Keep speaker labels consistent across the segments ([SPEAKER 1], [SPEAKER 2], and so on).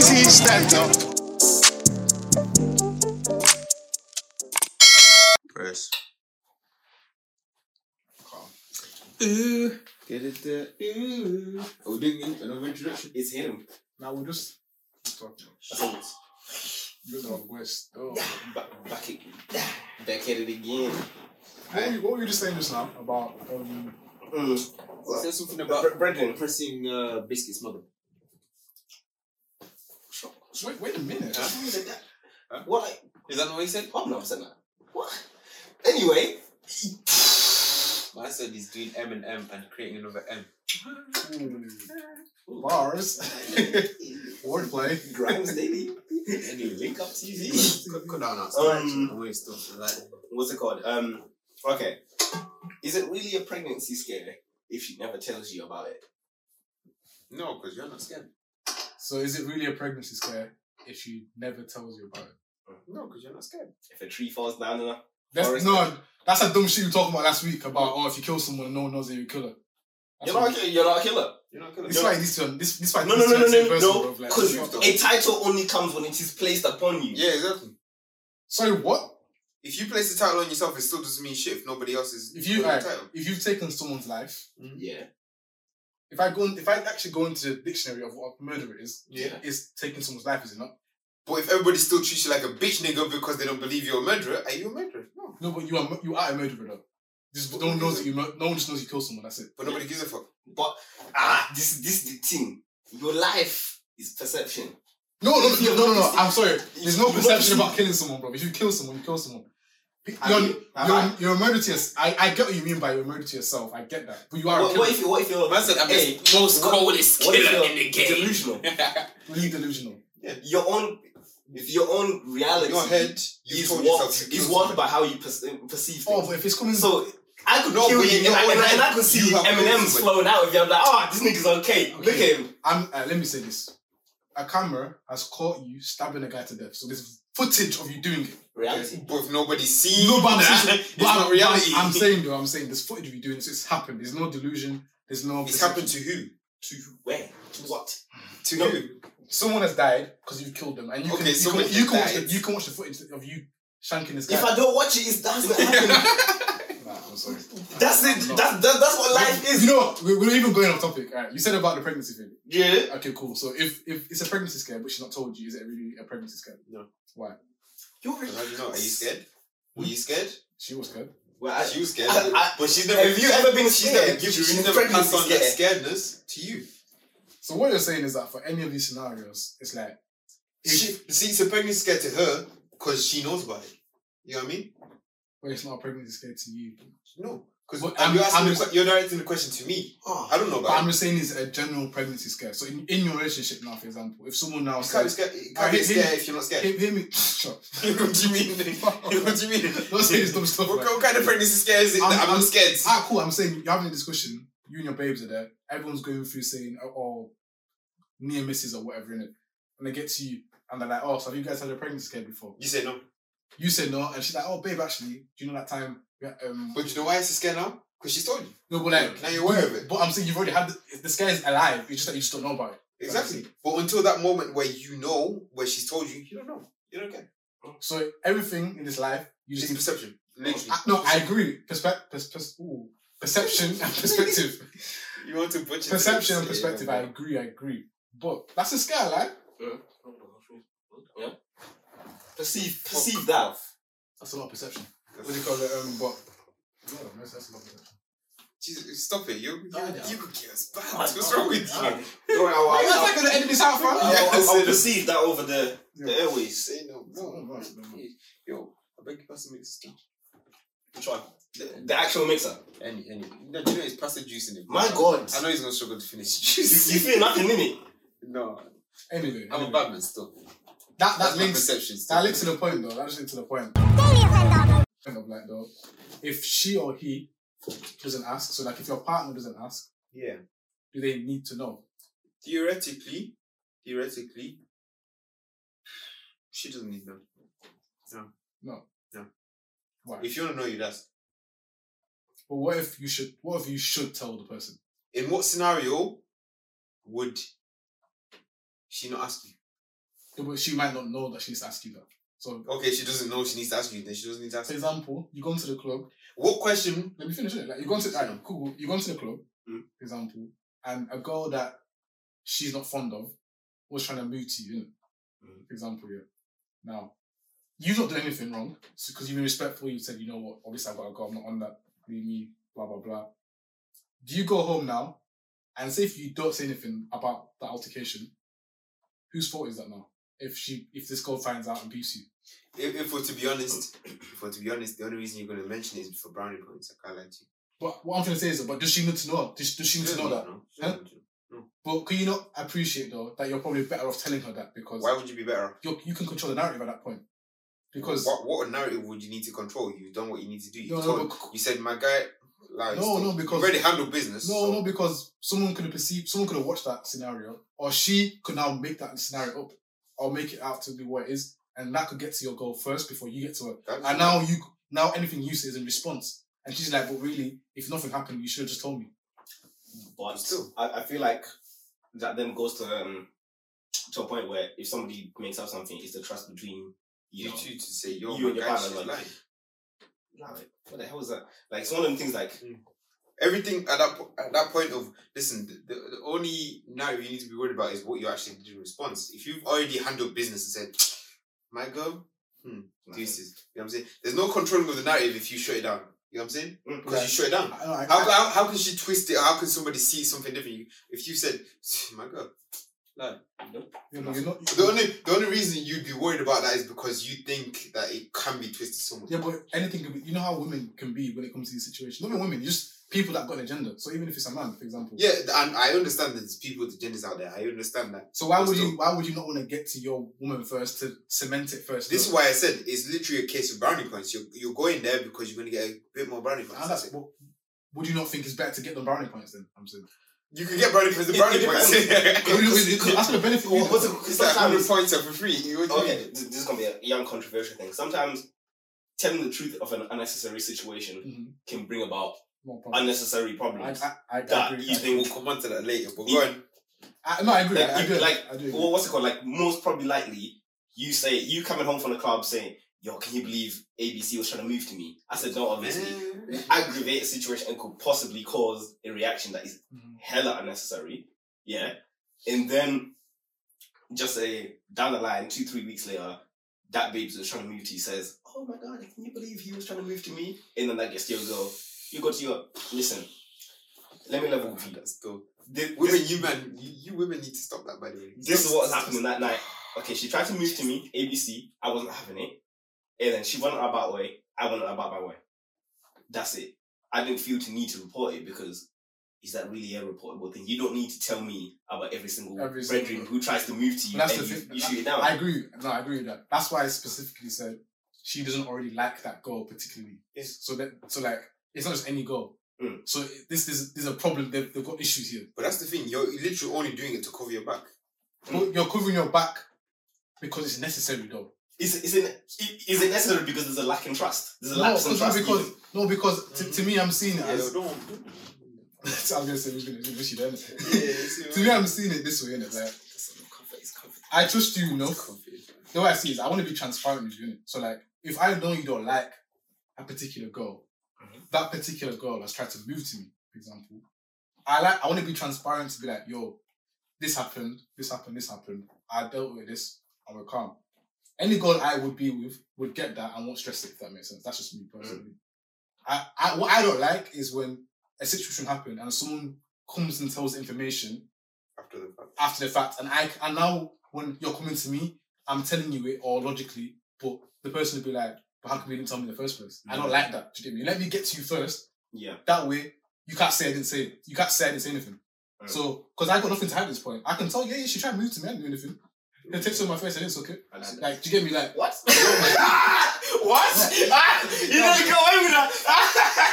[SPEAKER 1] stand up. Press. Ooh. Get it there. Ooh. Are
[SPEAKER 2] Oh,
[SPEAKER 1] we doing another introduction?
[SPEAKER 2] It's him.
[SPEAKER 3] Now we'll just stop
[SPEAKER 2] That's all it's-
[SPEAKER 3] Bring on West. Oh.
[SPEAKER 2] Back, back, it, back at it again.
[SPEAKER 3] What, were you, what were you just saying just now about um,
[SPEAKER 2] Mm. Say something about Brendan pressing uh, biscuits, mother.
[SPEAKER 3] wait wait a minute.
[SPEAKER 2] Who said that?
[SPEAKER 1] Huh?
[SPEAKER 2] What? like- Is that not what he said? I've never said that. What? Anyway. My son is doing M and M and creating another M.
[SPEAKER 3] Ooh. Bars. Wordplay.
[SPEAKER 2] Grimes daily. and you link up TV.
[SPEAKER 1] Go down now.
[SPEAKER 2] Um,
[SPEAKER 1] I'm always stuff for that.
[SPEAKER 2] What's it called? Um. Okay. Is it really a pregnancy scare if she never tells you about it?
[SPEAKER 1] No, because you're not scared.
[SPEAKER 3] So is it really a pregnancy scare if she never tells you about it?
[SPEAKER 1] No, because you're not scared.
[SPEAKER 2] If a tree falls down in a Or
[SPEAKER 3] That's,
[SPEAKER 2] is
[SPEAKER 3] no, that's a dumb shit you were talking about last week about oh if you kill someone and no one knows that you kill her. That's
[SPEAKER 2] You're not, a ki- you're not a killer.
[SPEAKER 1] You're not killer.
[SPEAKER 3] This fight needs to this this fight
[SPEAKER 2] No, no,
[SPEAKER 3] needs
[SPEAKER 2] no,
[SPEAKER 3] to
[SPEAKER 2] no,
[SPEAKER 3] be
[SPEAKER 2] no,
[SPEAKER 3] personal,
[SPEAKER 2] no.
[SPEAKER 3] bruv, like,
[SPEAKER 2] Because
[SPEAKER 3] fuck up.
[SPEAKER 2] a title only comes when it is placed upon you.
[SPEAKER 1] Yeah, exactly.
[SPEAKER 3] Sorry, what?
[SPEAKER 1] If you place the title on yourself, it still doesn't mean shit if nobody else is
[SPEAKER 3] If you
[SPEAKER 1] on the
[SPEAKER 3] alright,
[SPEAKER 1] title.
[SPEAKER 3] if you've taken someone's life,
[SPEAKER 2] Yeah.
[SPEAKER 3] if I go in, if I actually go into the dictionary of what murder is,
[SPEAKER 2] Yeah.
[SPEAKER 3] it's taking someone's life, is it not?
[SPEAKER 1] But if everybody still treats you like a bitch nigga because they don't believe you're a murderer, are you a murderer? No.
[SPEAKER 3] No, but you are you are a murderer though. Just
[SPEAKER 1] But
[SPEAKER 3] no one
[SPEAKER 1] who
[SPEAKER 3] knows
[SPEAKER 1] is
[SPEAKER 3] that you mur- no one just knows you killed someone. That's it.
[SPEAKER 1] But nobody gives a fuck.
[SPEAKER 2] But ah, this this the thing. Your life is perception.
[SPEAKER 3] No, no,
[SPEAKER 2] If you
[SPEAKER 3] no, no, no, no.
[SPEAKER 2] notice-
[SPEAKER 3] I'm sorry. There's no
[SPEAKER 2] you
[SPEAKER 3] perception
[SPEAKER 2] notice-
[SPEAKER 3] about killing someone, bro. If you kill someone, you kill someone.
[SPEAKER 2] I
[SPEAKER 3] You're,
[SPEAKER 2] mean, have
[SPEAKER 3] you're,
[SPEAKER 2] I-
[SPEAKER 3] you're a murderer to yourself. I, I get what you mean by you're a murderer to yourself. I get that. But you are a
[SPEAKER 2] What,
[SPEAKER 3] killer.
[SPEAKER 2] what if what if you're
[SPEAKER 1] Man said I'm
[SPEAKER 2] hey,
[SPEAKER 1] the most
[SPEAKER 2] what-
[SPEAKER 1] coldest
[SPEAKER 2] what if
[SPEAKER 1] killer
[SPEAKER 2] you're
[SPEAKER 1] in the game.
[SPEAKER 2] Delusional.
[SPEAKER 3] Really delusional.
[SPEAKER 2] Your own your own reality
[SPEAKER 1] Your head, you
[SPEAKER 2] is
[SPEAKER 1] told
[SPEAKER 2] warped,
[SPEAKER 1] yourself you
[SPEAKER 2] is
[SPEAKER 1] killed
[SPEAKER 2] warped
[SPEAKER 1] someone.
[SPEAKER 2] by how you perce- eh, perceive things.
[SPEAKER 3] Oh, but if it's coming,
[SPEAKER 2] so I could
[SPEAKER 1] No,
[SPEAKER 2] kill
[SPEAKER 1] but
[SPEAKER 2] you
[SPEAKER 1] in
[SPEAKER 2] and,
[SPEAKER 1] your
[SPEAKER 2] I,
[SPEAKER 1] own
[SPEAKER 2] and, I, and I
[SPEAKER 1] head,
[SPEAKER 2] could see
[SPEAKER 1] you have
[SPEAKER 2] M&M's
[SPEAKER 1] noticed it.
[SPEAKER 2] flowing out of you. I'm like, ah, this nigga's okay. Look
[SPEAKER 3] Okay.
[SPEAKER 2] at him.
[SPEAKER 3] I'm. Uh, let me say this: a camera has caught you stabbing a guy to death. So there's footage of you doing it.
[SPEAKER 2] Reality.
[SPEAKER 1] But if nobody's seen
[SPEAKER 3] No, but I'm
[SPEAKER 1] that,
[SPEAKER 3] saying-
[SPEAKER 1] it's
[SPEAKER 3] But I'm-
[SPEAKER 1] not reality.
[SPEAKER 3] I'm, I'm saying though, I'm saying there's footage of you doing this. It's happened. There's no delusion. There's no.
[SPEAKER 1] it's
[SPEAKER 3] perception.
[SPEAKER 1] happened to who?
[SPEAKER 2] To where? To what?
[SPEAKER 1] To
[SPEAKER 2] No.
[SPEAKER 1] who?
[SPEAKER 3] Someone has died because you've killed them, and you
[SPEAKER 1] Okay,
[SPEAKER 3] can you can,
[SPEAKER 1] someone
[SPEAKER 3] you can watch
[SPEAKER 1] has
[SPEAKER 3] the,
[SPEAKER 1] died.
[SPEAKER 3] you can watch the footage of you shanking this guy.
[SPEAKER 2] If I don't watch it, it doesn't happen.
[SPEAKER 3] Nah, I'm sorry.
[SPEAKER 2] that's it. That's, that, that's what life is.
[SPEAKER 3] You know, what? we're, we're even going off topic. All right, you said about the pregnancy thing.
[SPEAKER 2] Yeah.
[SPEAKER 3] Okay, cool. So if if it's a pregnancy scare, but she's not told you, is it really a pregnancy scare?
[SPEAKER 2] You're
[SPEAKER 1] How do you know? Are you scared? Were you scared?
[SPEAKER 3] She was scared.
[SPEAKER 2] Well, I,
[SPEAKER 1] She was scared.
[SPEAKER 2] I- I-
[SPEAKER 1] but she's never.
[SPEAKER 2] have you ever been
[SPEAKER 1] She's
[SPEAKER 2] scared?
[SPEAKER 1] never, given, she's
[SPEAKER 2] She's
[SPEAKER 1] never
[SPEAKER 2] pregnant,
[SPEAKER 1] passed on that
[SPEAKER 2] scared.
[SPEAKER 1] scaredness to you.
[SPEAKER 3] So what you're saying is that for any of these scenarios, it's like if,
[SPEAKER 1] She, see, it's a pregnancy scare to her because she knows about it. You know what I mean?
[SPEAKER 3] well, it's not a pregnancy scare to you.
[SPEAKER 1] No. Because
[SPEAKER 3] But I'm-
[SPEAKER 1] you're, asking
[SPEAKER 3] I'm
[SPEAKER 1] the
[SPEAKER 3] just-
[SPEAKER 1] que- you're directing the question to me.
[SPEAKER 2] Oh,
[SPEAKER 1] I don't know
[SPEAKER 3] But
[SPEAKER 1] about
[SPEAKER 3] I'm
[SPEAKER 1] it.
[SPEAKER 3] just saying it's a general pregnancy scare. So in, in your relationship now, for example, if someone now
[SPEAKER 1] You can't be
[SPEAKER 3] says,
[SPEAKER 1] scared, you
[SPEAKER 3] I
[SPEAKER 1] can't be
[SPEAKER 3] hate-
[SPEAKER 1] scared if you're not scared.
[SPEAKER 3] "Hear, hear me," shut. up.
[SPEAKER 1] what do you mean? what do you mean?
[SPEAKER 3] Don't say this dumb stuff.
[SPEAKER 1] What,
[SPEAKER 3] Right?
[SPEAKER 1] what kind of pregnancy scare is it that
[SPEAKER 3] I'm-
[SPEAKER 1] I'm, not
[SPEAKER 3] I'm-
[SPEAKER 1] scared?
[SPEAKER 3] Ah, cool. I'm saying you're having a discussion. You and your babes are there. Everyone's going through saying, oh, oh me and misses or whatever in it, and they get to you and they're like, "Oh, so have you guys had a pregnancy scare before?"
[SPEAKER 1] You say no.
[SPEAKER 3] You say no, and she's like, "Oh, babe, actually, do you know that time?" we had, Um,
[SPEAKER 1] But you know why it's a scare now? Because she's told you.
[SPEAKER 3] no, but like,
[SPEAKER 1] Now you're aware of it.
[SPEAKER 3] But I'm saying you've already had the, the scare is alive. It's just that you just don't know about it.
[SPEAKER 1] Exactly. But until that moment where you know, where she's told you, you don't know. You don't care.
[SPEAKER 3] So everything in this life, you
[SPEAKER 1] It's
[SPEAKER 3] just need.
[SPEAKER 1] perception. Literally.
[SPEAKER 3] I- no, I agree. Perspective, pers- pers- ooh. perception and perspective.
[SPEAKER 1] You want to butcher
[SPEAKER 3] perception and
[SPEAKER 1] this?
[SPEAKER 3] perspective. I
[SPEAKER 1] Yeah.
[SPEAKER 3] agree. I agree. But that's a scare, like.
[SPEAKER 2] Yeah. Perceive, perceive that.
[SPEAKER 3] That's a lot of perception. What do you call it? Um, but yeah, that's, that's a lot of perception.
[SPEAKER 1] Jesus, stop it. You, you,
[SPEAKER 3] Oh, yeah.
[SPEAKER 1] you could get us banned.
[SPEAKER 2] Oh,
[SPEAKER 1] What's wrong with you?
[SPEAKER 2] Yeah.
[SPEAKER 1] Don't worry, I'll-
[SPEAKER 3] Why
[SPEAKER 1] I'll-
[SPEAKER 3] you guys not gonna edit this out,
[SPEAKER 1] Yeah.
[SPEAKER 3] fam?
[SPEAKER 2] I'll, I'll, I'll
[SPEAKER 1] consider-
[SPEAKER 2] perceive that over the, the
[SPEAKER 3] Yeah.
[SPEAKER 2] airways.
[SPEAKER 1] Say no.
[SPEAKER 3] No, no,
[SPEAKER 1] No.
[SPEAKER 3] no.
[SPEAKER 1] Yo, I beg you, pass me this stuff.
[SPEAKER 2] Which one? The, the actual mixer.
[SPEAKER 1] Any, any. No, do you know he's passing juice in it?
[SPEAKER 2] My God.
[SPEAKER 1] I know he's going to struggle to finish
[SPEAKER 2] You, you
[SPEAKER 1] juice.
[SPEAKER 2] feel nothing in it.
[SPEAKER 1] no.
[SPEAKER 3] Anyway,
[SPEAKER 1] I'm a
[SPEAKER 3] anyway.
[SPEAKER 1] bad man still.
[SPEAKER 3] that
[SPEAKER 1] That's
[SPEAKER 3] that
[SPEAKER 1] my
[SPEAKER 3] links
[SPEAKER 1] perception still.
[SPEAKER 3] that links to the point though. That just links to the point. Kind of like though, if she or he doesn't ask, so like if your partner doesn't ask,
[SPEAKER 1] Yeah.
[SPEAKER 3] do they need to know?
[SPEAKER 1] Theoretically, theoretically, she doesn't need no.
[SPEAKER 3] No.
[SPEAKER 1] No.
[SPEAKER 3] Why?
[SPEAKER 1] If you want to know, you'd ask.
[SPEAKER 3] but what if you should? What if you should tell the person?
[SPEAKER 1] In what scenario would she not ask you?
[SPEAKER 3] Yeah, but she might not know that she needs to ask you that. So,
[SPEAKER 1] Okay, she doesn't know she needs to ask you, then she doesn't need to ask
[SPEAKER 3] for
[SPEAKER 1] you.
[SPEAKER 3] example, you go into the club.
[SPEAKER 1] What question?
[SPEAKER 3] Let me finish it. Like you go into
[SPEAKER 1] Sorry.
[SPEAKER 3] like, cool. You go into the club,
[SPEAKER 1] Mm.
[SPEAKER 3] for example, and a girl that she's not fond of was trying to move to you. innit?
[SPEAKER 1] Mm.
[SPEAKER 3] For example, yeah. Now, you've not done anything wrong because you've been respectful. You said, you know what? Obviously, I've got to go. I'm not on that. Leave me. Blah blah blah. Do you go home now and say if you don't say anything about the altercation, whose fault is that now? If she, if this girl finds out and beats you,
[SPEAKER 1] If, if we're to be honest, if we're to be honest, the only reason you're going to mention it is for brownie points. I can't lie to you.
[SPEAKER 3] but what I'm trying to say is, but does she need to know? Does, does she need to know that?
[SPEAKER 1] No,
[SPEAKER 3] Huh? But can you not appreciate though that you're probably better off telling her that because
[SPEAKER 1] Why would you be better?
[SPEAKER 3] you you can control the narrative at that point. Because
[SPEAKER 1] What, what narrative would you need to control? You've done what you need to do. You,
[SPEAKER 3] no,
[SPEAKER 1] told,
[SPEAKER 3] no, but,
[SPEAKER 1] you said, my guy lies.
[SPEAKER 3] No, no, because-
[SPEAKER 1] You've already handled business.
[SPEAKER 3] no,
[SPEAKER 1] so-
[SPEAKER 3] no, because someone could have perceived, someone could have watched that scenario, or she could now make that scenario up or make it out to be what it is, and that could get to your goal first before you get to her.
[SPEAKER 1] That's-
[SPEAKER 3] And now you now anything you say is in response, and she's like, "But really, if nothing happened, you should have just told me."
[SPEAKER 2] But
[SPEAKER 1] Still.
[SPEAKER 2] I, I feel like that then goes to um, to a point where if somebody makes up something, it's the trust between you.
[SPEAKER 1] you
[SPEAKER 2] know,
[SPEAKER 1] two to say, yo,
[SPEAKER 2] You
[SPEAKER 1] my
[SPEAKER 2] and your
[SPEAKER 1] guy,
[SPEAKER 2] partner,
[SPEAKER 1] she's
[SPEAKER 2] like-
[SPEAKER 1] lying.
[SPEAKER 2] like, what the hell is that? Like it's one of them things like
[SPEAKER 1] everything at that po- at that point of listen, the, the, the only narrative you need to be worried about is what you actually did in response. If you've already handled business and said, "My girl, deuces," you know what I'm saying? There's no controlling of the narrative if you shut it down. You know what I'm saying?
[SPEAKER 2] Mm,
[SPEAKER 1] Because you shut it
[SPEAKER 3] I,
[SPEAKER 1] down.
[SPEAKER 3] I,
[SPEAKER 1] How, how, how can she twist it? How can somebody see something different? You- If you said, "My girl,"
[SPEAKER 3] you know, you're not.
[SPEAKER 1] the only the only reason you'd be worried about that is because you think that it can be twisted so much.
[SPEAKER 3] Yeah, but anything can be, you know how women can be when it comes to these situations. Not even women, just people that got an agenda. So even if it's a man, for example.
[SPEAKER 1] Yeah, and I understand that there's people with agendas out there. I understand that.
[SPEAKER 3] So why would
[SPEAKER 1] Still.
[SPEAKER 3] you why would you not want to get to your woman first to cement it first?
[SPEAKER 1] This is why I said it's literally a case of brownie points. You're, you're going there because you're going to get a bit more brownie points.
[SPEAKER 2] Ah,
[SPEAKER 3] and
[SPEAKER 1] That's
[SPEAKER 3] that's
[SPEAKER 1] it.
[SPEAKER 3] what would you not think it's better to get them brownie points then? I'm saying.
[SPEAKER 1] You can get brownie points. The
[SPEAKER 2] It-
[SPEAKER 1] brownie
[SPEAKER 2] it
[SPEAKER 1] points.
[SPEAKER 3] That's the benefit.
[SPEAKER 2] Well, what's
[SPEAKER 3] Well,
[SPEAKER 2] it-
[SPEAKER 1] It's like 100
[SPEAKER 2] sometimes-
[SPEAKER 1] points are for free. You know what I
[SPEAKER 2] okay,
[SPEAKER 1] mean?
[SPEAKER 2] th- this is gonna be a young controversial thing. Sometimes telling the truth of an unnecessary situation
[SPEAKER 3] Mhm.
[SPEAKER 2] can bring about
[SPEAKER 3] no problem.
[SPEAKER 2] unnecessary
[SPEAKER 3] I,
[SPEAKER 2] problems.
[SPEAKER 3] I, I,
[SPEAKER 2] That
[SPEAKER 3] agree.
[SPEAKER 2] you
[SPEAKER 3] I,
[SPEAKER 2] think-
[SPEAKER 1] We'll come on to that later. But
[SPEAKER 2] Yeah.
[SPEAKER 1] go on.
[SPEAKER 3] I, no, I agree.
[SPEAKER 2] Like,
[SPEAKER 3] I, I
[SPEAKER 2] you-
[SPEAKER 3] do.
[SPEAKER 2] like,
[SPEAKER 3] I do. agree.
[SPEAKER 2] well, what's it called? Like most probably likely, you say you coming home from the club saying, "Yo, can you believe ABC was trying to move to me?" I said, "No, obviously." Aggravate a situation and could possibly cause a reaction that is
[SPEAKER 3] Mhm.
[SPEAKER 2] hella unnecessary. Yeah. And then just say down the line, two, three weeks later, that babe that's trying to move to you says, Oh my god, can you believe he was trying to move to me? And then that gets to your girl. You go to your listen, let me level with you.
[SPEAKER 1] That's dope.
[SPEAKER 2] Thi-
[SPEAKER 1] Women,
[SPEAKER 2] this-
[SPEAKER 1] you man, you, you women need to stop that, by the way.
[SPEAKER 2] This is what was happening that night. Okay, she tried to move to me, ABC, I wasn't having it. And then she went on about way, I went on about my way. That's it. I didn't feel to need to report it because is that really a reportable thing? You don't need to tell me about every single
[SPEAKER 3] Every
[SPEAKER 2] brethren
[SPEAKER 3] single-
[SPEAKER 2] who tries to move to you
[SPEAKER 3] But that's
[SPEAKER 2] and
[SPEAKER 3] the
[SPEAKER 2] you,
[SPEAKER 3] thing.
[SPEAKER 2] you shoot it down.
[SPEAKER 3] I agree. No, I agree with that. That's why I specifically said she doesn't already like that girl particularly.
[SPEAKER 1] Yes.
[SPEAKER 3] So that so like it's not just any girl.
[SPEAKER 2] Mm.
[SPEAKER 3] So it- this this there's a problem. They've, they've got issues here.
[SPEAKER 1] But that's the thing. You're literally only doing it to cover your back.
[SPEAKER 2] Mm.
[SPEAKER 3] But you're covering your back because it's necessary though.
[SPEAKER 2] is, is, it, is it necessary because there's a lack in trust? There's a
[SPEAKER 3] No,
[SPEAKER 2] lack in
[SPEAKER 3] because
[SPEAKER 2] trust.
[SPEAKER 3] because
[SPEAKER 2] even.
[SPEAKER 3] no, because to, to me I'm seeing it
[SPEAKER 1] Yeah,
[SPEAKER 3] as
[SPEAKER 1] don't.
[SPEAKER 3] I'm gonna say we're gonna do this, you know.
[SPEAKER 1] Yeah,
[SPEAKER 3] To me I'm seeing it this way, innit? Like I trust you enough. The way I see it is I wanna be transparent with you, innit? So like if I know you don't like a particular girl, that particular girl has tried to move to me, for example. I like I wanna be transparent to be like, yo, this happened, this happened, this happened. I dealt with this, I we're calm. Any girl I would be with would get that and won't stress it if that makes sense. That's just me personally. I, I what I don't like is when a situation happened and someone comes and tells information
[SPEAKER 1] After the fact.
[SPEAKER 3] after the fact, and I and now when you're coming to me, I'm telling you it all logically, but the person will be like, "But how come you didn't tell me in the first place?" I don't like that. Do you get me? Let me get to you first.
[SPEAKER 2] Yeah.
[SPEAKER 3] That way, you can't say I didn't say. It. You can't say I didn't say anything.
[SPEAKER 2] Mm.
[SPEAKER 3] So, because I got nothing to hide at this point, I can tell. Yeah, yeah, she tried to move to me. I didn't do anything. The text on my face, I didn't suck it.
[SPEAKER 2] I like that.
[SPEAKER 3] Like, do you get me? Like,
[SPEAKER 2] What? what? Ah, you didn't go away with Ah. that.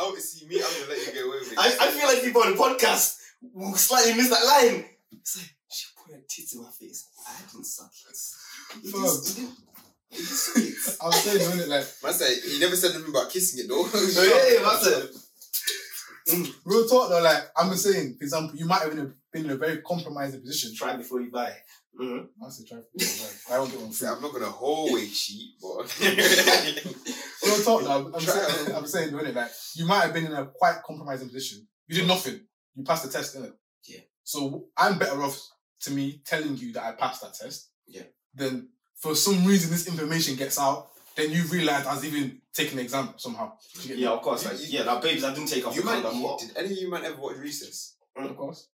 [SPEAKER 1] I would see me. I'm gonna let you get away with it.
[SPEAKER 2] I, I feel like people on the podcast will slightly miss that line. It's like, she put her tits in my face. I didn't suck it. You didn't- you didn't- you didn't suck it.
[SPEAKER 3] I was saying, wasn't it? Like,
[SPEAKER 1] Master, he never said anything about kissing it though.
[SPEAKER 2] No, yeah, yeah, that's it.
[SPEAKER 3] Real talk though, like I'm just saying, for example, you might have been been in a very compromising position.
[SPEAKER 2] Try before you buy. hmm
[SPEAKER 3] I say try. I won't get one
[SPEAKER 1] See,
[SPEAKER 3] free.
[SPEAKER 1] I'm not gonna hallway cheat, but
[SPEAKER 3] Real talk, though, I'm, I'm
[SPEAKER 1] Try.
[SPEAKER 3] saying, I'm saying, doing it like you might have been in a quite compromising position. You did nothing. You passed the test, didn't it?
[SPEAKER 2] Yeah.
[SPEAKER 3] So I'm better off to me telling you that I passed that test.
[SPEAKER 2] Yeah.
[SPEAKER 3] Then for some reason this information gets out, then you realize I was even taking the exam somehow. Do you get me?
[SPEAKER 2] Yeah, of course.
[SPEAKER 1] You-
[SPEAKER 2] Like,
[SPEAKER 1] you-
[SPEAKER 2] yeah, now babes, I didn't take off
[SPEAKER 1] you
[SPEAKER 2] the
[SPEAKER 1] man,
[SPEAKER 2] condom. What?
[SPEAKER 1] did any of you man ever watch Recess?
[SPEAKER 3] Of course.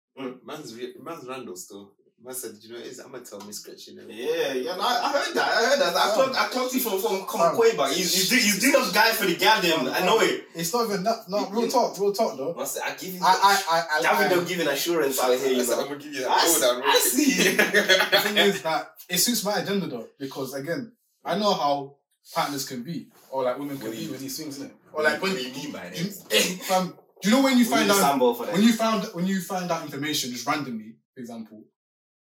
[SPEAKER 1] Man's re- man's Randall still. Man said, "Do you know what it is? I'm gonna tell Miss Gretchen. and-
[SPEAKER 2] Yeah, yeah, no, I I heard that. I heard that. I clocked, I clocked you from from
[SPEAKER 3] Fam.
[SPEAKER 2] Kweba. He's he's, do- he's doing those guy for the goddamn. I know it.
[SPEAKER 3] It's not even that. No, real talk. Real talk though.
[SPEAKER 2] Must I give you?
[SPEAKER 3] I I I, I,
[SPEAKER 2] Gavin
[SPEAKER 3] I,
[SPEAKER 2] don't give an assurance out here.
[SPEAKER 1] I
[SPEAKER 2] You
[SPEAKER 1] said,
[SPEAKER 2] know.
[SPEAKER 1] I'm gonna give you
[SPEAKER 2] I
[SPEAKER 1] that hold on,
[SPEAKER 2] I see.
[SPEAKER 3] the thing is that it suits my agenda though, because again, I know how partners can be, or like women can
[SPEAKER 2] What do
[SPEAKER 3] be
[SPEAKER 2] you-
[SPEAKER 3] with these things, innit? Or like when
[SPEAKER 2] you mean by
[SPEAKER 3] do you, fam, do you know when you
[SPEAKER 2] We
[SPEAKER 3] find
[SPEAKER 2] need
[SPEAKER 3] out
[SPEAKER 2] Sambo for that.
[SPEAKER 3] when you found when you find out information just randomly, for example,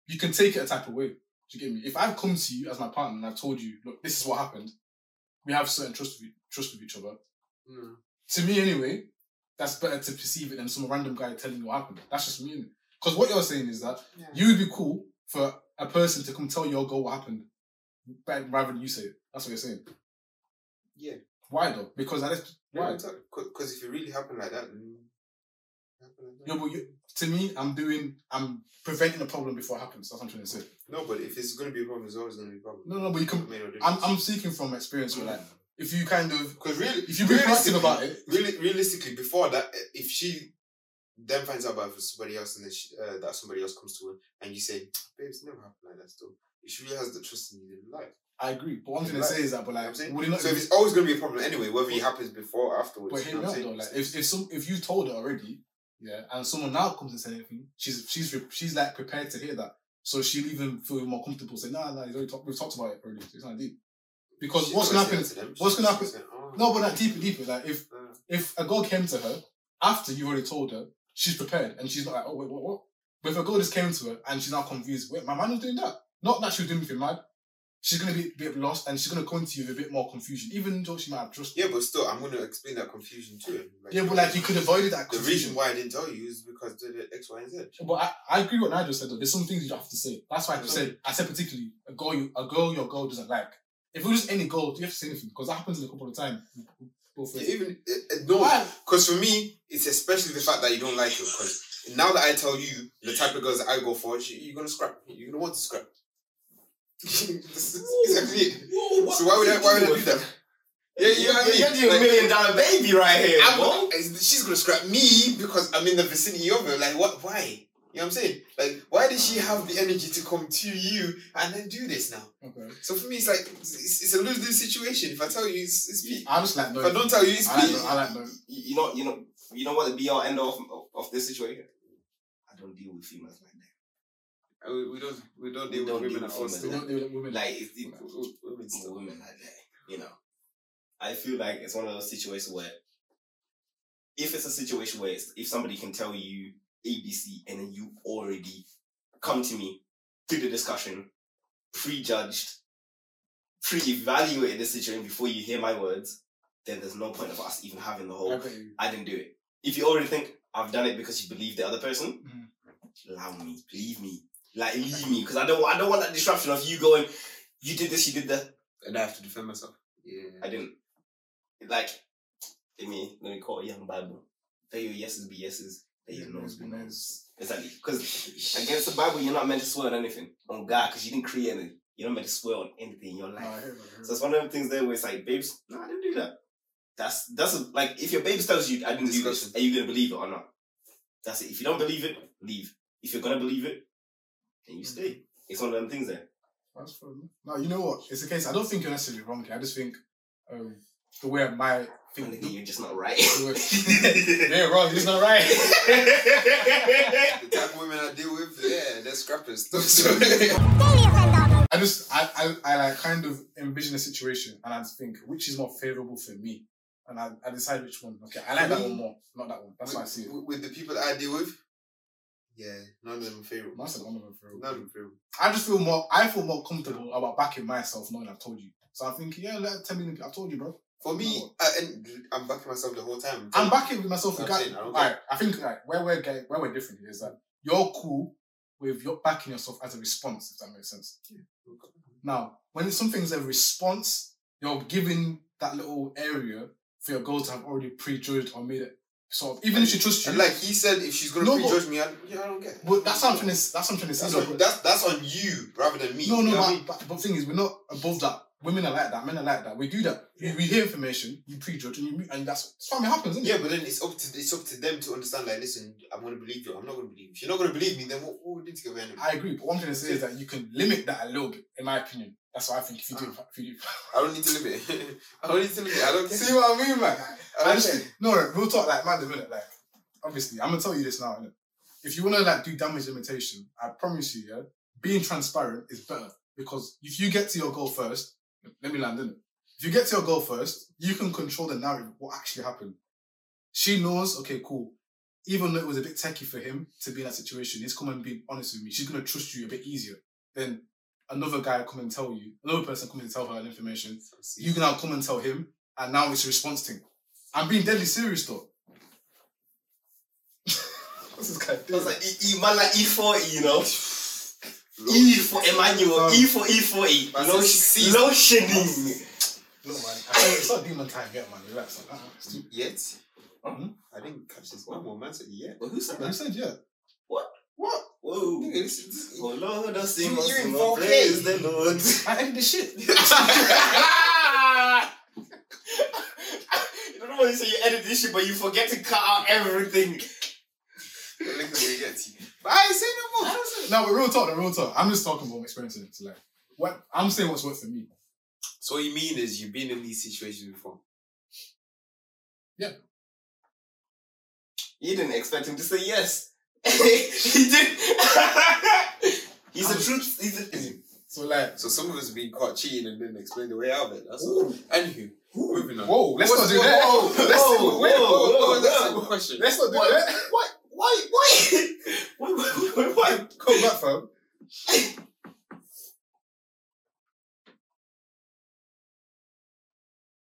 [SPEAKER 3] you can take it a type of way. Do you get me? If I've come to you as my partner and I've told you, look, this is what happened, we have certain trust with trust with each other.
[SPEAKER 1] Mm.
[SPEAKER 3] To me, anyway, that's better to perceive it than some random guy telling you what happened. That's just me. Because what you're saying is that
[SPEAKER 1] Yeah.
[SPEAKER 3] you would be cool for a person to come tell your girl what happened, but rather than you say it. That's what you're saying.
[SPEAKER 1] Yeah.
[SPEAKER 3] Why though? Because that is why.
[SPEAKER 1] Because if it really happened like that, then happened like that.
[SPEAKER 3] Yeah, but you, to me, I'm doing, I'm preventing a problem before it happens. That's what I'm trying to say.
[SPEAKER 1] no, but if it's gonna be a problem, it's always gonna be a problem.
[SPEAKER 3] No, no, but you can. I'm, I'm seeking from experience with like if you kind of
[SPEAKER 1] because really,
[SPEAKER 3] if you be proactive about it.
[SPEAKER 1] really, realistically, before that, eh, if she then finds out about somebody else and then she, uh, that somebody else comes to her and you say, "Babe, it's never happened like that," still, if she really has the trust in you, then lie.
[SPEAKER 3] I agree, but what I'm trying
[SPEAKER 1] Right.
[SPEAKER 3] to say is that,
[SPEAKER 1] You know
[SPEAKER 3] but
[SPEAKER 1] what
[SPEAKER 3] like,
[SPEAKER 1] I'm saying?
[SPEAKER 3] would it not?
[SPEAKER 1] so if it's always going to be a problem anyway, whether it happens before or afterwards.
[SPEAKER 3] but
[SPEAKER 1] you
[SPEAKER 3] hear
[SPEAKER 1] know
[SPEAKER 3] me
[SPEAKER 1] what
[SPEAKER 3] out
[SPEAKER 1] I'm
[SPEAKER 3] though.
[SPEAKER 1] saying?
[SPEAKER 3] Like, if if some if you told her already, yeah, and someone now comes and says anything, she's she's re- she's like prepared to hear that, so she'll even feel more comfortable saying, "Nah, nah, it's already talk, we've talked about it already. It's not deep." Because
[SPEAKER 1] She's
[SPEAKER 3] what's
[SPEAKER 1] gonna
[SPEAKER 3] gonna happen?
[SPEAKER 1] say that to them.
[SPEAKER 3] what's
[SPEAKER 1] She's
[SPEAKER 3] gonna
[SPEAKER 1] just gonna say, "Oh."
[SPEAKER 3] No, but like deeper, deeper. Like if
[SPEAKER 1] Uh.
[SPEAKER 3] if a girl came to her after you already told her, she's prepared and she's not like, oh wait, what, what? But if a girl just came to her and she's now confused, wait, my man was doing that. Not that she was doing anything mad. She's gonna be a bit lost and she's gonna come to you with a bit more confusion, even though she might have trust.
[SPEAKER 1] Yeah, but still, I'm going to explain that confusion to him.
[SPEAKER 3] Yeah, but like you could avoid that
[SPEAKER 1] The
[SPEAKER 3] confusion.
[SPEAKER 1] reason why I didn't tell you is because the, the X, Y, and Z.
[SPEAKER 3] But I, I agree with what Nigel said though. There's some things you have to say. That's why I
[SPEAKER 1] Yeah.
[SPEAKER 3] said I said particularly a girl you, a girl your girl doesn't like. If it was just any girl, you have to say anything because that happens a couple of times. Both
[SPEAKER 1] Yeah,
[SPEAKER 3] ways.
[SPEAKER 1] even uh, uh, no,
[SPEAKER 3] Why?
[SPEAKER 1] because for me, it's especially the fact that you don't like it. Because now that I tell you the type of girls that I go for, you- you're gonna scrap. You're gonna want to scrap. This is exactly it. So why would I? Why would I do that? Yeah, you know what I mean.
[SPEAKER 2] You're getting a
[SPEAKER 1] Like,
[SPEAKER 2] million dollar baby right here,
[SPEAKER 1] I'm
[SPEAKER 2] bro.
[SPEAKER 1] gonna- she's gonna scrap me because I'm in the vicinity of her. Like, what? Why? You know what I'm saying? Like, why did she have the energy to come to you and then do this now?
[SPEAKER 3] Okay.
[SPEAKER 1] So for me, it's like it's, it's a lose lose situation. If I tell you, it's, it's me.
[SPEAKER 3] I just like no.
[SPEAKER 1] If I don't tell you, it's
[SPEAKER 3] I like
[SPEAKER 1] me.
[SPEAKER 3] no. I like no.
[SPEAKER 2] You you know, you know, you know what the be all end all of, of this situation. I don't deal with females like that.
[SPEAKER 1] We, we don't we don't
[SPEAKER 2] We
[SPEAKER 1] deal
[SPEAKER 2] don't
[SPEAKER 1] with
[SPEAKER 2] deal
[SPEAKER 1] women at
[SPEAKER 2] with
[SPEAKER 1] all.
[SPEAKER 2] women.
[SPEAKER 3] We
[SPEAKER 1] Still,
[SPEAKER 3] don't deal with women.
[SPEAKER 2] Like it's, it,
[SPEAKER 1] W- w- women
[SPEAKER 2] it's
[SPEAKER 1] still.
[SPEAKER 2] women like that. You know, I feel like it's one of those situations where, if it's a situation where it's, if somebody can tell you ABC and then you already come to me through the discussion, prejudged, pre-evaluated the situation before you hear my words, then there's no point of us even having the whole
[SPEAKER 3] I bet you.
[SPEAKER 2] I didn't do it. If you already think I've done it because you believe the other person,
[SPEAKER 3] Mm.
[SPEAKER 2] allow me, believe me, like leave me, because I don't, I don't want that disruption of you going, you did this, you did that,
[SPEAKER 1] And I have to defend myself. Yeah.
[SPEAKER 2] I didn't. Like, let me let me call a young Bible. Let your yeses be yeses, let your noes be noes. Exactly, because against the Bible, you're not meant to swear on anything on God, because you didn't create anything. You're not meant to swear on anything in your
[SPEAKER 3] No,
[SPEAKER 2] life.
[SPEAKER 3] I hear that.
[SPEAKER 2] So it's one of them things there where it's like, babes, no, I didn't do that. That's that's a, like if your babes tells you I didn't do this,
[SPEAKER 1] Discussion.
[SPEAKER 2] are you gonna believe it or not? That's it. If you don't believe it, leave. If you're gonna believe it, then you stay. It's one of them things there.
[SPEAKER 3] That's fair enough. No, you know what? It's the case. I don't think you're necessarily wrong. here. I just think um, the way my
[SPEAKER 2] And
[SPEAKER 3] thing.
[SPEAKER 2] again, you're just not right.
[SPEAKER 3] the way- yeah, wrong. It's not right.
[SPEAKER 1] The type of women I deal with, yeah, they're scrappers. So- so-
[SPEAKER 3] I just, I, I, I like kind of envision a situation and I just think which is more favorable for me, and I, I decide which one. Okay, I like that one more, not that one. That's
[SPEAKER 1] with,
[SPEAKER 3] how I see it.
[SPEAKER 1] with- with the people that I deal with, yeah, none of them are favorable.
[SPEAKER 3] That's the one of them for
[SPEAKER 1] None of
[SPEAKER 3] real.
[SPEAKER 1] them are favorable.
[SPEAKER 3] I just feel more. I feel more comfortable about backing myself knowing I've told you. So I think, yeah, let ten million. people- I've told you, bro.
[SPEAKER 1] For me, I, and I'm backing myself the whole time.
[SPEAKER 3] I'm backing with myself.
[SPEAKER 1] I'm
[SPEAKER 3] regardless.
[SPEAKER 1] saying, I don't
[SPEAKER 3] Alright, I think like where we're getting, where we're different is that you're cool with your backing yourself as a response, if that makes sense. Now, when something's a response, you're giving that little area for your girl to have already prejudged or made it sort of even if she trusts you.
[SPEAKER 1] And like he said, if she's gonna
[SPEAKER 3] No, but-
[SPEAKER 1] prejudge me, I, yeah, I don't get. it.
[SPEAKER 3] but that's what I'm trying to that's what I'm trying to say.
[SPEAKER 1] That's
[SPEAKER 3] though,
[SPEAKER 1] on, that's, that's on you rather than me.
[SPEAKER 3] No,
[SPEAKER 1] you
[SPEAKER 3] no,
[SPEAKER 1] know what I
[SPEAKER 3] but,
[SPEAKER 1] mean?
[SPEAKER 3] but, but thing is, we're not above that. Women are like that. Men are like that. We do that. We, we hear information, you prejudge, and you mu- and that's it's fine. It happens, isn't
[SPEAKER 1] Yeah,
[SPEAKER 3] it?
[SPEAKER 1] but then it's up to it's up to them to understand. Like, listen, I'm gonna believe you. I'm not gonna believe you. If you're not gonna believe me, then what, what did you get anyway?
[SPEAKER 3] I agree. But one thing to say is that you can limit that a little bit, in my opinion. That's what I think. If you do, it- if you do.
[SPEAKER 1] I don't need to limit. it. I don't need to limit. it. I don't care.
[SPEAKER 3] See what I mean, man?
[SPEAKER 1] I
[SPEAKER 3] I
[SPEAKER 1] don't
[SPEAKER 3] just
[SPEAKER 1] care.
[SPEAKER 3] think, no, like, real talk, like, man, the minute, like, obviously, I'm gonna tell you this now. innit? If you wanna like do damage limitation, I promise you, yeah, being transparent is better because if you get to your goal first, let me land in it. If you get to your goal first, you can control the narrative of what actually happened. She knows, okay, cool. Even though it was a bit techie for him to be in that situation, he's come and being honest with me. She's gonna trust you a bit easier than another guy come and tell you, another person come and tell her information you can now come and tell him, and now it's a response thing. I'm being deadly serious though. What's this guy doing?
[SPEAKER 2] That's like E, e man like E forty, you know.
[SPEAKER 1] Low-
[SPEAKER 2] E for Emmanuel,
[SPEAKER 3] Um,
[SPEAKER 2] E for E forty.
[SPEAKER 1] That's
[SPEAKER 2] Low
[SPEAKER 1] a
[SPEAKER 2] sh-
[SPEAKER 1] C.
[SPEAKER 2] low shading.
[SPEAKER 3] Look, man, I can't- it's not demon time yet, man. Relax. Man. Uh-uh, it's too-
[SPEAKER 1] Yet.
[SPEAKER 2] Huh?
[SPEAKER 1] I didn't catch this one more man said yet.
[SPEAKER 2] But who said
[SPEAKER 3] You
[SPEAKER 2] that?
[SPEAKER 3] said yeah.
[SPEAKER 1] What?
[SPEAKER 2] Whoa.
[SPEAKER 1] Nigga, this is.
[SPEAKER 2] Oh Lord, I sing
[SPEAKER 1] You-
[SPEAKER 2] us
[SPEAKER 1] you
[SPEAKER 2] in
[SPEAKER 1] involved
[SPEAKER 2] praise the Lord.
[SPEAKER 3] I ended the shit.
[SPEAKER 2] you don't want to say you edit this shit, but you forget to cut out everything.
[SPEAKER 1] Look at what we get to. But I say no more.
[SPEAKER 3] No, but real talk, though, real talk. I'm just talking about my experiences. So like, what I'm saying what's worked for me.
[SPEAKER 1] So what you mean is you've been in these situations before?
[SPEAKER 2] You didn't expect him to say yes. he did. he's a truth. He's a.
[SPEAKER 3] So like,
[SPEAKER 1] So some of us have been caught cheating and didn't explain the way out of it. That's all. Anywho, moving on.
[SPEAKER 3] whoa, let's not
[SPEAKER 1] What's-
[SPEAKER 3] do that.
[SPEAKER 1] whoa,
[SPEAKER 3] let's,
[SPEAKER 2] whoa,
[SPEAKER 3] wait,
[SPEAKER 2] whoa,
[SPEAKER 1] Oh,
[SPEAKER 2] whoa,
[SPEAKER 1] oh, that's
[SPEAKER 2] whoa.
[SPEAKER 1] a question.
[SPEAKER 3] let's not do
[SPEAKER 2] What?
[SPEAKER 3] that.
[SPEAKER 2] Why? Why? Why? why? Why? Why? Why?
[SPEAKER 3] Come back, fam.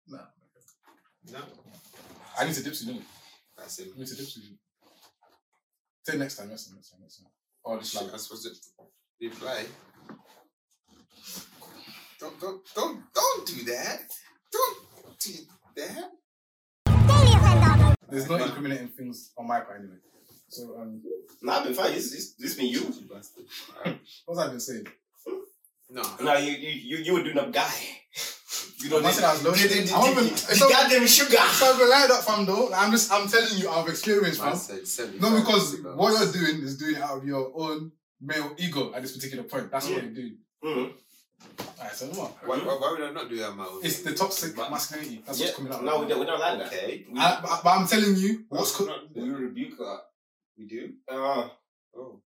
[SPEAKER 1] No,
[SPEAKER 3] I need to dip soon.
[SPEAKER 1] that's it.
[SPEAKER 3] I need to dip soon. Say next time, next time, next time, next time. Oh, this
[SPEAKER 1] Shit,
[SPEAKER 3] like
[SPEAKER 1] I'm supposed to reply. Don't, don't, don't, don't do that. Don't do that.
[SPEAKER 3] There's no incriminating things on my part anyway. So um,
[SPEAKER 2] Nah, I've been fine. It's, it's, it's been you.
[SPEAKER 1] You bastard. Alright.
[SPEAKER 3] what was I been saying?
[SPEAKER 1] No.
[SPEAKER 2] Nah, you you you, you were doing up guy. You know
[SPEAKER 3] I'm not saying I was lonely.
[SPEAKER 2] the, the, the,
[SPEAKER 3] I won't
[SPEAKER 2] the,
[SPEAKER 3] even- it's
[SPEAKER 2] the
[SPEAKER 3] not-
[SPEAKER 2] goddamn sugar.
[SPEAKER 3] So I'm gonna lie that fam though. Like, I'm just I'm telling you out of experience,
[SPEAKER 1] Man
[SPEAKER 3] fam.
[SPEAKER 1] said 75
[SPEAKER 3] No, because
[SPEAKER 1] ago.
[SPEAKER 3] what you're doing is doing it out of your own male ego at this particular point. That's what
[SPEAKER 2] Yeah.
[SPEAKER 3] you're doing.
[SPEAKER 2] Mm.
[SPEAKER 3] Alright, so what?
[SPEAKER 1] Why, why, why would I not do that, man?
[SPEAKER 3] It's the toxic masculinity. That's
[SPEAKER 2] yeah.
[SPEAKER 3] what's coming out.
[SPEAKER 2] No, we don't, we don't like that.
[SPEAKER 1] Okay.
[SPEAKER 2] We,
[SPEAKER 3] I, but, but I'm telling you, what's co-
[SPEAKER 1] not,
[SPEAKER 2] we rebuke that.
[SPEAKER 1] we do?
[SPEAKER 2] Uh,
[SPEAKER 1] Oh.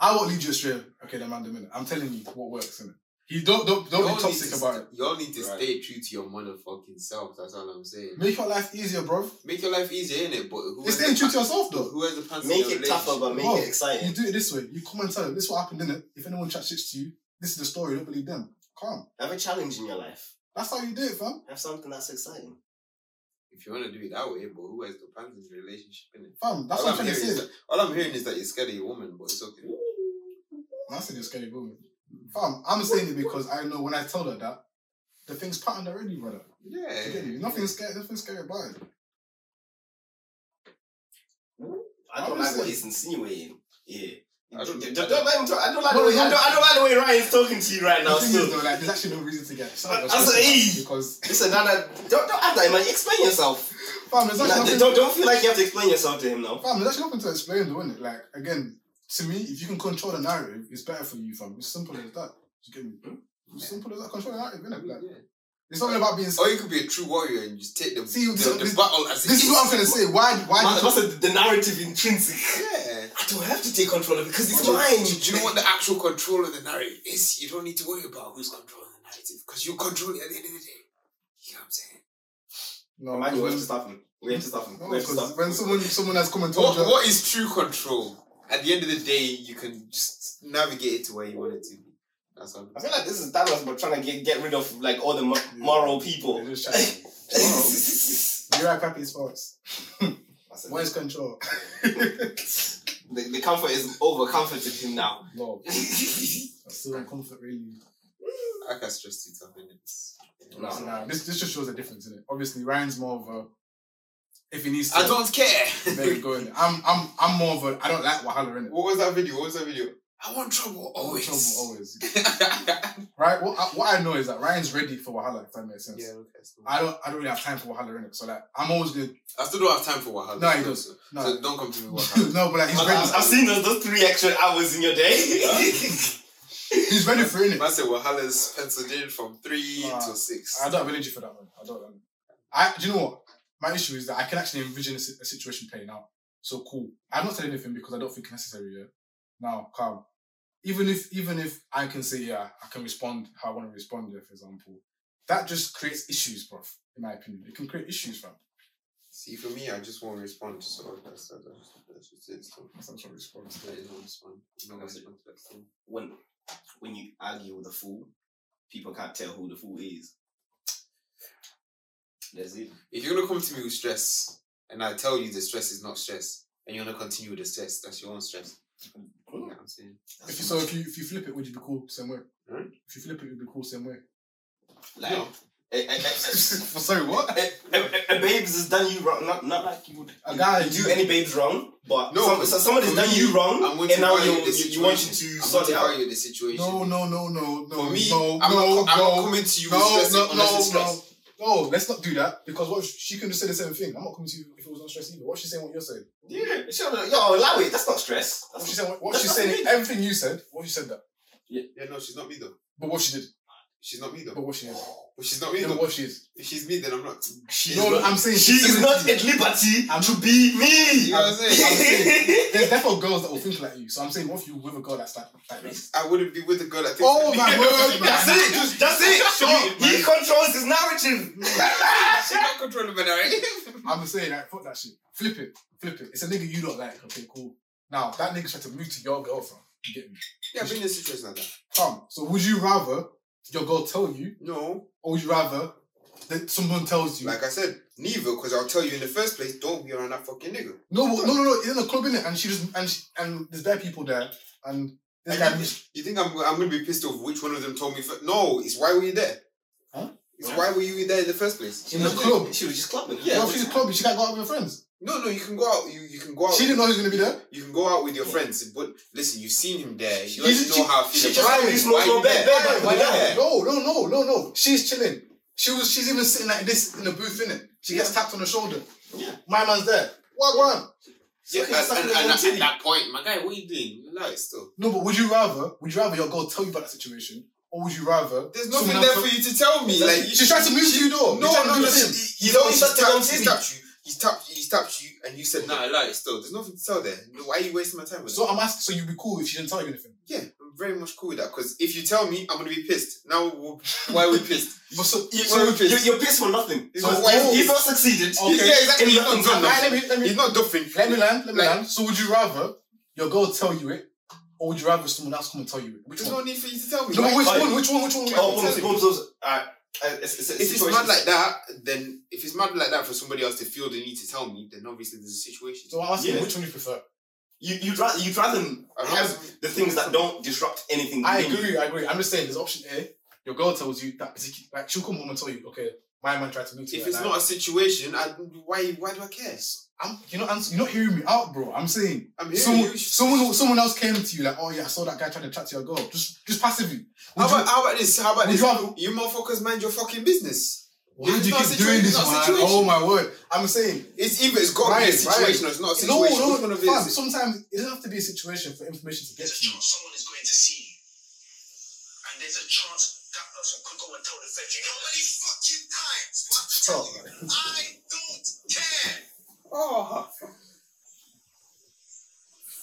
[SPEAKER 3] I won't lead you astray. Okay, then man, the minute. I'm telling you what works in it. You don't don't don't
[SPEAKER 1] Y'all
[SPEAKER 3] be
[SPEAKER 1] need
[SPEAKER 3] toxic
[SPEAKER 1] to
[SPEAKER 3] about
[SPEAKER 1] st-
[SPEAKER 3] it.
[SPEAKER 1] Y'all need to
[SPEAKER 2] Right.
[SPEAKER 1] stay true to your motherfucking self. That's all I'm saying.
[SPEAKER 3] Make your life easier, bro.
[SPEAKER 1] Make your life easier, innit? But who
[SPEAKER 3] It's
[SPEAKER 1] wears the
[SPEAKER 3] staying true
[SPEAKER 1] pa-
[SPEAKER 3] to yourself though.
[SPEAKER 1] Who has the pants? in
[SPEAKER 2] make
[SPEAKER 1] your
[SPEAKER 2] it tougher,
[SPEAKER 1] relationship?
[SPEAKER 2] but make
[SPEAKER 3] Bro,
[SPEAKER 2] it
[SPEAKER 3] You
[SPEAKER 2] exciting.
[SPEAKER 3] do it this way. You come and tell them this is what happened, innit? If anyone chat shit to you, this is the story. Don't believe them. Calm.
[SPEAKER 2] Have a challenge in your life.
[SPEAKER 3] That's how you do it, fam.
[SPEAKER 2] Have something that's exciting.
[SPEAKER 1] If you want to do it that way, but who has the pants in the relationship, innit?
[SPEAKER 3] Fam, that's
[SPEAKER 1] all
[SPEAKER 3] what
[SPEAKER 1] I'm
[SPEAKER 3] I'm trying to
[SPEAKER 1] hearing is
[SPEAKER 3] say.
[SPEAKER 1] that, all I'm hearing is that you're scared of your woman, but it's okay.
[SPEAKER 3] That's a scary woman. Fam, I'm saying it because I know when I tell her that, the thing's patterned already, brother.
[SPEAKER 1] Yeah.
[SPEAKER 3] You get me? Nothing scary. Nothing scary about it.
[SPEAKER 2] I don't like what he's insinuating. Yeah.
[SPEAKER 1] I don't-
[SPEAKER 2] don't, don't let him talk. I don't like.
[SPEAKER 3] No,
[SPEAKER 2] the way,
[SPEAKER 3] yeah.
[SPEAKER 2] I, don't, I don't like the way Ryan's talking to you right
[SPEAKER 3] The
[SPEAKER 2] now.
[SPEAKER 3] thing is,
[SPEAKER 2] Still,
[SPEAKER 3] though, like, there's actually no reason to get excited. or
[SPEAKER 2] That's
[SPEAKER 3] stressed about
[SPEAKER 2] a-
[SPEAKER 3] it because
[SPEAKER 2] listen, Nana, don't don't act like man. Explain yourself.
[SPEAKER 3] fam, there's actually
[SPEAKER 2] Nah,
[SPEAKER 3] nothing.
[SPEAKER 2] don't don't feel like you have to explain yourself to him now.
[SPEAKER 3] Fam, there's actually nothing to explain, though, innit? Like again, to me, if you can control the narrative, it's better for you, fam. It's simple as that. You get me? It's simple as that. Control the narrative,
[SPEAKER 1] I
[SPEAKER 3] innit?
[SPEAKER 1] mean,
[SPEAKER 3] Like,
[SPEAKER 1] yeah.
[SPEAKER 3] it's not about being.
[SPEAKER 1] Or you could be a true warrior and just take the,
[SPEAKER 3] See,
[SPEAKER 1] the,
[SPEAKER 3] this-
[SPEAKER 1] the
[SPEAKER 3] this-
[SPEAKER 1] battle as it
[SPEAKER 3] This is what I'm gonna say. Why? Why?
[SPEAKER 2] Man, that's the- the narrative intrinsic.
[SPEAKER 1] Yeah.
[SPEAKER 2] I don't have to take control of it because it's
[SPEAKER 1] Do you-
[SPEAKER 2] mine.
[SPEAKER 1] Do, do you know what the actual control of the narrative is? You don't need to worry about who's controlling the narrative because you control it at the end of the day. You know what I'm saying?
[SPEAKER 3] no,
[SPEAKER 2] Imagine we have to
[SPEAKER 3] because-
[SPEAKER 2] stop him. We have to stop him.
[SPEAKER 3] no,
[SPEAKER 2] We have to stop
[SPEAKER 3] because
[SPEAKER 2] him.
[SPEAKER 3] when someone someone has come and told
[SPEAKER 1] What,
[SPEAKER 3] you,
[SPEAKER 1] what is true control? At the end of the day, you can just navigate it to where you want it to be. That's all.
[SPEAKER 2] I feel like this is Thanos, but trying to get, get rid of like all the mo- moral people.
[SPEAKER 3] They're just shouting. Moral?
[SPEAKER 2] That's
[SPEAKER 3] you're right, papi, it's false.
[SPEAKER 2] it.
[SPEAKER 3] What is control?
[SPEAKER 2] The, the comfort is over comforted him now.
[SPEAKER 3] No, that's still not comfort really.
[SPEAKER 1] I can stress it up in minutes.
[SPEAKER 2] No.
[SPEAKER 3] So, nah, this this just shows a difference in it. Obviously, Ryan's more of a if he needs to
[SPEAKER 1] I don't care.
[SPEAKER 3] let it go in it. I'm I'm I'm more of a I don't like Wahala in it.
[SPEAKER 1] what was that video? What was that video? I want trouble always.
[SPEAKER 3] Trouble always. Right. What I, what I know is that Ryan's ready for Wahala. If that makes sense.
[SPEAKER 1] yeah, okay, that's cool.
[SPEAKER 3] I don't I don't really have time for Wahala in it. So like I'm always good.
[SPEAKER 1] I still don't have time for Wahala.
[SPEAKER 3] No, he does. No.
[SPEAKER 1] So don't come to me with Wahala.
[SPEAKER 3] no, but like he's
[SPEAKER 2] I've,
[SPEAKER 3] ready.
[SPEAKER 2] I've- I've seen those, those three extra hours in your day.
[SPEAKER 3] He's ready for it. innit?
[SPEAKER 1] I said Wahala's penciled in from three
[SPEAKER 3] Nah.
[SPEAKER 1] to six.
[SPEAKER 3] I don't have energy for that one. I don't. um, I do you know what? My issue is that I can actually envision a, si- a situation playing out. So cool. I've not said anything because I don't think it's necessary. Yeah. Now calm. Even if even if I can say yeah, I can respond how I want to respond. Yeah, for example, that just creates issues, bro. In my opinion, it can create issues, fam.
[SPEAKER 1] See, for me, I just won't respond. So that's that's, that's just it. So
[SPEAKER 3] That's not a response.
[SPEAKER 1] I don't respond. I'm not gonna respond to that. So.
[SPEAKER 2] when when you argue with a fool, people can't tell who the fool is. That's it.
[SPEAKER 1] If you're gonna come to me with stress, and I tell you the stress is not stress, and you're gonna continue with the stress, that's your own stress. You know what I'm saying?
[SPEAKER 3] If you so if you if you flip it, would you be cool same way?
[SPEAKER 1] Hmm?
[SPEAKER 3] If you flip it, would you be cool same way?
[SPEAKER 2] Like, eh, a, a, a,
[SPEAKER 3] Sorry, what?
[SPEAKER 2] a, a, a babes has done you wrong. Not not like you would
[SPEAKER 3] A guy
[SPEAKER 2] eh, do any babes wrong, but
[SPEAKER 1] No,
[SPEAKER 2] some, so someone has
[SPEAKER 1] for
[SPEAKER 2] done
[SPEAKER 1] me,
[SPEAKER 2] you wrong,
[SPEAKER 1] I'm going
[SPEAKER 2] and
[SPEAKER 1] to
[SPEAKER 2] now
[SPEAKER 1] value
[SPEAKER 2] you,
[SPEAKER 1] the
[SPEAKER 2] you, you want you
[SPEAKER 1] situation.
[SPEAKER 2] to
[SPEAKER 1] I'm
[SPEAKER 2] sort
[SPEAKER 1] not
[SPEAKER 2] it out.
[SPEAKER 1] value the situation.
[SPEAKER 3] No, no, no, no, no.
[SPEAKER 1] For me,
[SPEAKER 3] no,
[SPEAKER 1] I'm,
[SPEAKER 3] no,
[SPEAKER 1] not, I'm
[SPEAKER 3] no,
[SPEAKER 1] not coming to you with
[SPEAKER 3] no,
[SPEAKER 1] stress
[SPEAKER 3] no,
[SPEAKER 1] unless
[SPEAKER 3] no,
[SPEAKER 1] it's stress.
[SPEAKER 3] no, no. Let's not do that because what if she can have said the same thing. I'm not coming to you if it was not stress either. What she's saying, what you're saying.
[SPEAKER 2] Yeah, sure. no, Yo, allow it. That's not stress.
[SPEAKER 3] What
[SPEAKER 2] That's
[SPEAKER 3] she's
[SPEAKER 2] just,
[SPEAKER 3] saying, what
[SPEAKER 2] That's
[SPEAKER 3] she's
[SPEAKER 2] not
[SPEAKER 3] saying.
[SPEAKER 2] me.
[SPEAKER 3] Everything you said, what you said that,
[SPEAKER 1] Yeah, no, she's not me though.
[SPEAKER 3] but what she did,
[SPEAKER 1] She's not me though.
[SPEAKER 3] but what she is,
[SPEAKER 1] But she's not me
[SPEAKER 3] yeah,
[SPEAKER 1] though.
[SPEAKER 3] but what she is.
[SPEAKER 1] If she's me, then I'm not.
[SPEAKER 2] she
[SPEAKER 3] No,
[SPEAKER 2] is
[SPEAKER 3] no,
[SPEAKER 2] not,
[SPEAKER 3] I'm saying
[SPEAKER 2] she
[SPEAKER 3] she's
[SPEAKER 2] is not
[SPEAKER 3] saying-
[SPEAKER 2] at liberty
[SPEAKER 3] I'm-
[SPEAKER 2] to be
[SPEAKER 1] You
[SPEAKER 2] me.
[SPEAKER 1] know what I'm saying?
[SPEAKER 3] There's definitely girls that will think like you. So I'm saying, what if you with a girl that's like, like this?
[SPEAKER 1] I wouldn't be with a girl that thinks
[SPEAKER 3] Oh
[SPEAKER 1] like
[SPEAKER 3] my
[SPEAKER 1] me.
[SPEAKER 3] word, man.
[SPEAKER 2] That's it. That's it.
[SPEAKER 1] Sure,
[SPEAKER 2] he, he controls his narrative.
[SPEAKER 1] She's not controlling my narrative.
[SPEAKER 3] I'm saying, like, fuck that shit. Flip it, flip it. It's a nigga you don't like. Okay, cool. Now that nigga tried to move to your girlfriend. You get me?
[SPEAKER 1] Yeah, I've been in a situation like that.
[SPEAKER 3] Come. So would you rather your girl tell you
[SPEAKER 1] No,
[SPEAKER 3] or would you rather that someone tells you
[SPEAKER 1] like I said, neither, because I'll tell you in the first place, don't be around that fucking nigga.
[SPEAKER 3] no, no, no, no, it's in the club in it, and she just and she, and there's bare people there, and this guy,
[SPEAKER 1] And you, you think I'm, I'm gonna be pissed off which one of them told me first? No, it's why were you there?
[SPEAKER 3] Huh?
[SPEAKER 1] It's why were you there in the first place?
[SPEAKER 3] In the club.
[SPEAKER 2] She was just clubbing.
[SPEAKER 1] Yeah,
[SPEAKER 3] well, she's clubbing, she can't go out with her friends.
[SPEAKER 1] No, no, you can go out. You, you can go out.
[SPEAKER 3] She didn't know who's gonna be there.
[SPEAKER 1] You can go out with your friends, but listen, you've seen him there. You
[SPEAKER 3] She-
[SPEAKER 1] already
[SPEAKER 3] she-
[SPEAKER 1] know how I feel
[SPEAKER 2] she
[SPEAKER 1] about it.
[SPEAKER 2] just wanted to smoke
[SPEAKER 1] Why
[SPEAKER 2] your
[SPEAKER 1] you
[SPEAKER 2] bed-
[SPEAKER 1] there?
[SPEAKER 2] bed- bed-
[SPEAKER 1] Why you there?
[SPEAKER 2] bed-
[SPEAKER 3] No, no, no, no, no. She's chilling. She was, she's even sitting like this in the booth in it. She gets tapped on the shoulder.
[SPEAKER 2] Yeah.
[SPEAKER 3] My man's there. What one?
[SPEAKER 1] Yeah,
[SPEAKER 2] Sucking-
[SPEAKER 1] and-
[SPEAKER 2] sucking
[SPEAKER 1] and- and
[SPEAKER 2] your
[SPEAKER 1] at
[SPEAKER 2] titty.
[SPEAKER 1] that point, my guy, what are you doing? You lie still.
[SPEAKER 3] No, but would you rather? Would you rather your girl tell you about that situation, or would you rather?
[SPEAKER 1] There's nothing
[SPEAKER 3] someone
[SPEAKER 1] there
[SPEAKER 3] else-
[SPEAKER 1] for you to tell me. Like
[SPEAKER 3] She's trying to move to you, though.
[SPEAKER 1] No,
[SPEAKER 3] She's trying to
[SPEAKER 1] no,
[SPEAKER 3] do
[SPEAKER 1] no.
[SPEAKER 3] the same.
[SPEAKER 1] He, he,
[SPEAKER 2] He's
[SPEAKER 1] he's,
[SPEAKER 2] always
[SPEAKER 1] he's,
[SPEAKER 2] tapped on
[SPEAKER 1] tapped,
[SPEAKER 2] TV.
[SPEAKER 1] he's tapped you. He's tapped. He's tapped you, and you said, "Nah, I lie still." There's nothing to tell there. No, Why are you wasting my time with that?
[SPEAKER 3] So I'm asking. So you'd be cool if she didn't tell you anything.
[SPEAKER 1] Yeah, I'm very much cool with that. Because if you tell me, I'm gonna be pissed. Now, we'll- why are we pissed?
[SPEAKER 3] But so
[SPEAKER 2] You,
[SPEAKER 1] So
[SPEAKER 2] you,
[SPEAKER 1] pissed.
[SPEAKER 2] you- you're pissed for nothing.
[SPEAKER 1] Because
[SPEAKER 3] So-
[SPEAKER 1] why?
[SPEAKER 3] oh,
[SPEAKER 2] He's not succeeded.
[SPEAKER 3] Okay.
[SPEAKER 1] Yeah, exactly. He's
[SPEAKER 2] Nothing's
[SPEAKER 1] not
[SPEAKER 2] done.
[SPEAKER 1] done.
[SPEAKER 3] Alright, let me let me
[SPEAKER 1] He's not duffing.
[SPEAKER 3] Let me land, let me
[SPEAKER 1] Like-
[SPEAKER 3] land. So would you rather your girl tell you it, or would you rather someone else come and tell you it? Which
[SPEAKER 1] There's no
[SPEAKER 3] one?
[SPEAKER 1] need for you to tell me.
[SPEAKER 3] No,
[SPEAKER 1] Why-
[SPEAKER 3] but which
[SPEAKER 2] Like-
[SPEAKER 3] one? Which one? Which one?
[SPEAKER 2] Oh,
[SPEAKER 1] Tell
[SPEAKER 2] booms,
[SPEAKER 1] him.
[SPEAKER 2] booms, booms. Alright. Uh, it's, it's a
[SPEAKER 1] if it's
[SPEAKER 2] situation.
[SPEAKER 1] mad like that, then if it's mad like that for somebody else to feel the need to tell me, then obviously there's a situation.
[SPEAKER 3] So I'm asking
[SPEAKER 2] Yeah.
[SPEAKER 3] which one you prefer.
[SPEAKER 2] you, you'd, rather, you'd rather have the things that don't disrupt anything.
[SPEAKER 3] I
[SPEAKER 2] within you.
[SPEAKER 3] agree. I agree. I'm just saying, there's option A. Your girl tells you that particular. Like she'll come home and tell you, okay, my man tried to move to
[SPEAKER 1] if
[SPEAKER 3] you,
[SPEAKER 1] it's
[SPEAKER 3] like,
[SPEAKER 1] not a situation, I, why why do I care?
[SPEAKER 3] I'm, you're not answer, you're not hearing me out, bro. I'm saying
[SPEAKER 1] I'm here.
[SPEAKER 3] someone, someone, someone else came to you like, oh yeah, I saw that guy trying to chat to your girl, just, just passively.
[SPEAKER 1] how
[SPEAKER 3] Would you-
[SPEAKER 1] about how about this? How about
[SPEAKER 3] would
[SPEAKER 1] this?
[SPEAKER 3] you rather-
[SPEAKER 1] You motherfuckers mind your fucking business.
[SPEAKER 3] Why
[SPEAKER 1] It's
[SPEAKER 3] do you
[SPEAKER 1] not a
[SPEAKER 3] keep
[SPEAKER 1] situa-
[SPEAKER 3] doing this,
[SPEAKER 1] it's not a
[SPEAKER 3] man?
[SPEAKER 1] situation.
[SPEAKER 3] Oh my word! I'm saying
[SPEAKER 1] It's either it's got to be a
[SPEAKER 3] Right,
[SPEAKER 1] situation or it's not a
[SPEAKER 3] No,
[SPEAKER 1] situation. Which
[SPEAKER 3] no,
[SPEAKER 1] one
[SPEAKER 3] no.
[SPEAKER 1] of it
[SPEAKER 3] Fam,
[SPEAKER 1] is it?
[SPEAKER 3] sometimes it doesn't have to be a situation for information to get
[SPEAKER 4] there's a
[SPEAKER 3] to you.
[SPEAKER 4] chance someone is going to see you. And there's a chance that person could go and tell the Fed. You know how many fucking times do I have to tell you? I don't care.
[SPEAKER 3] Oh.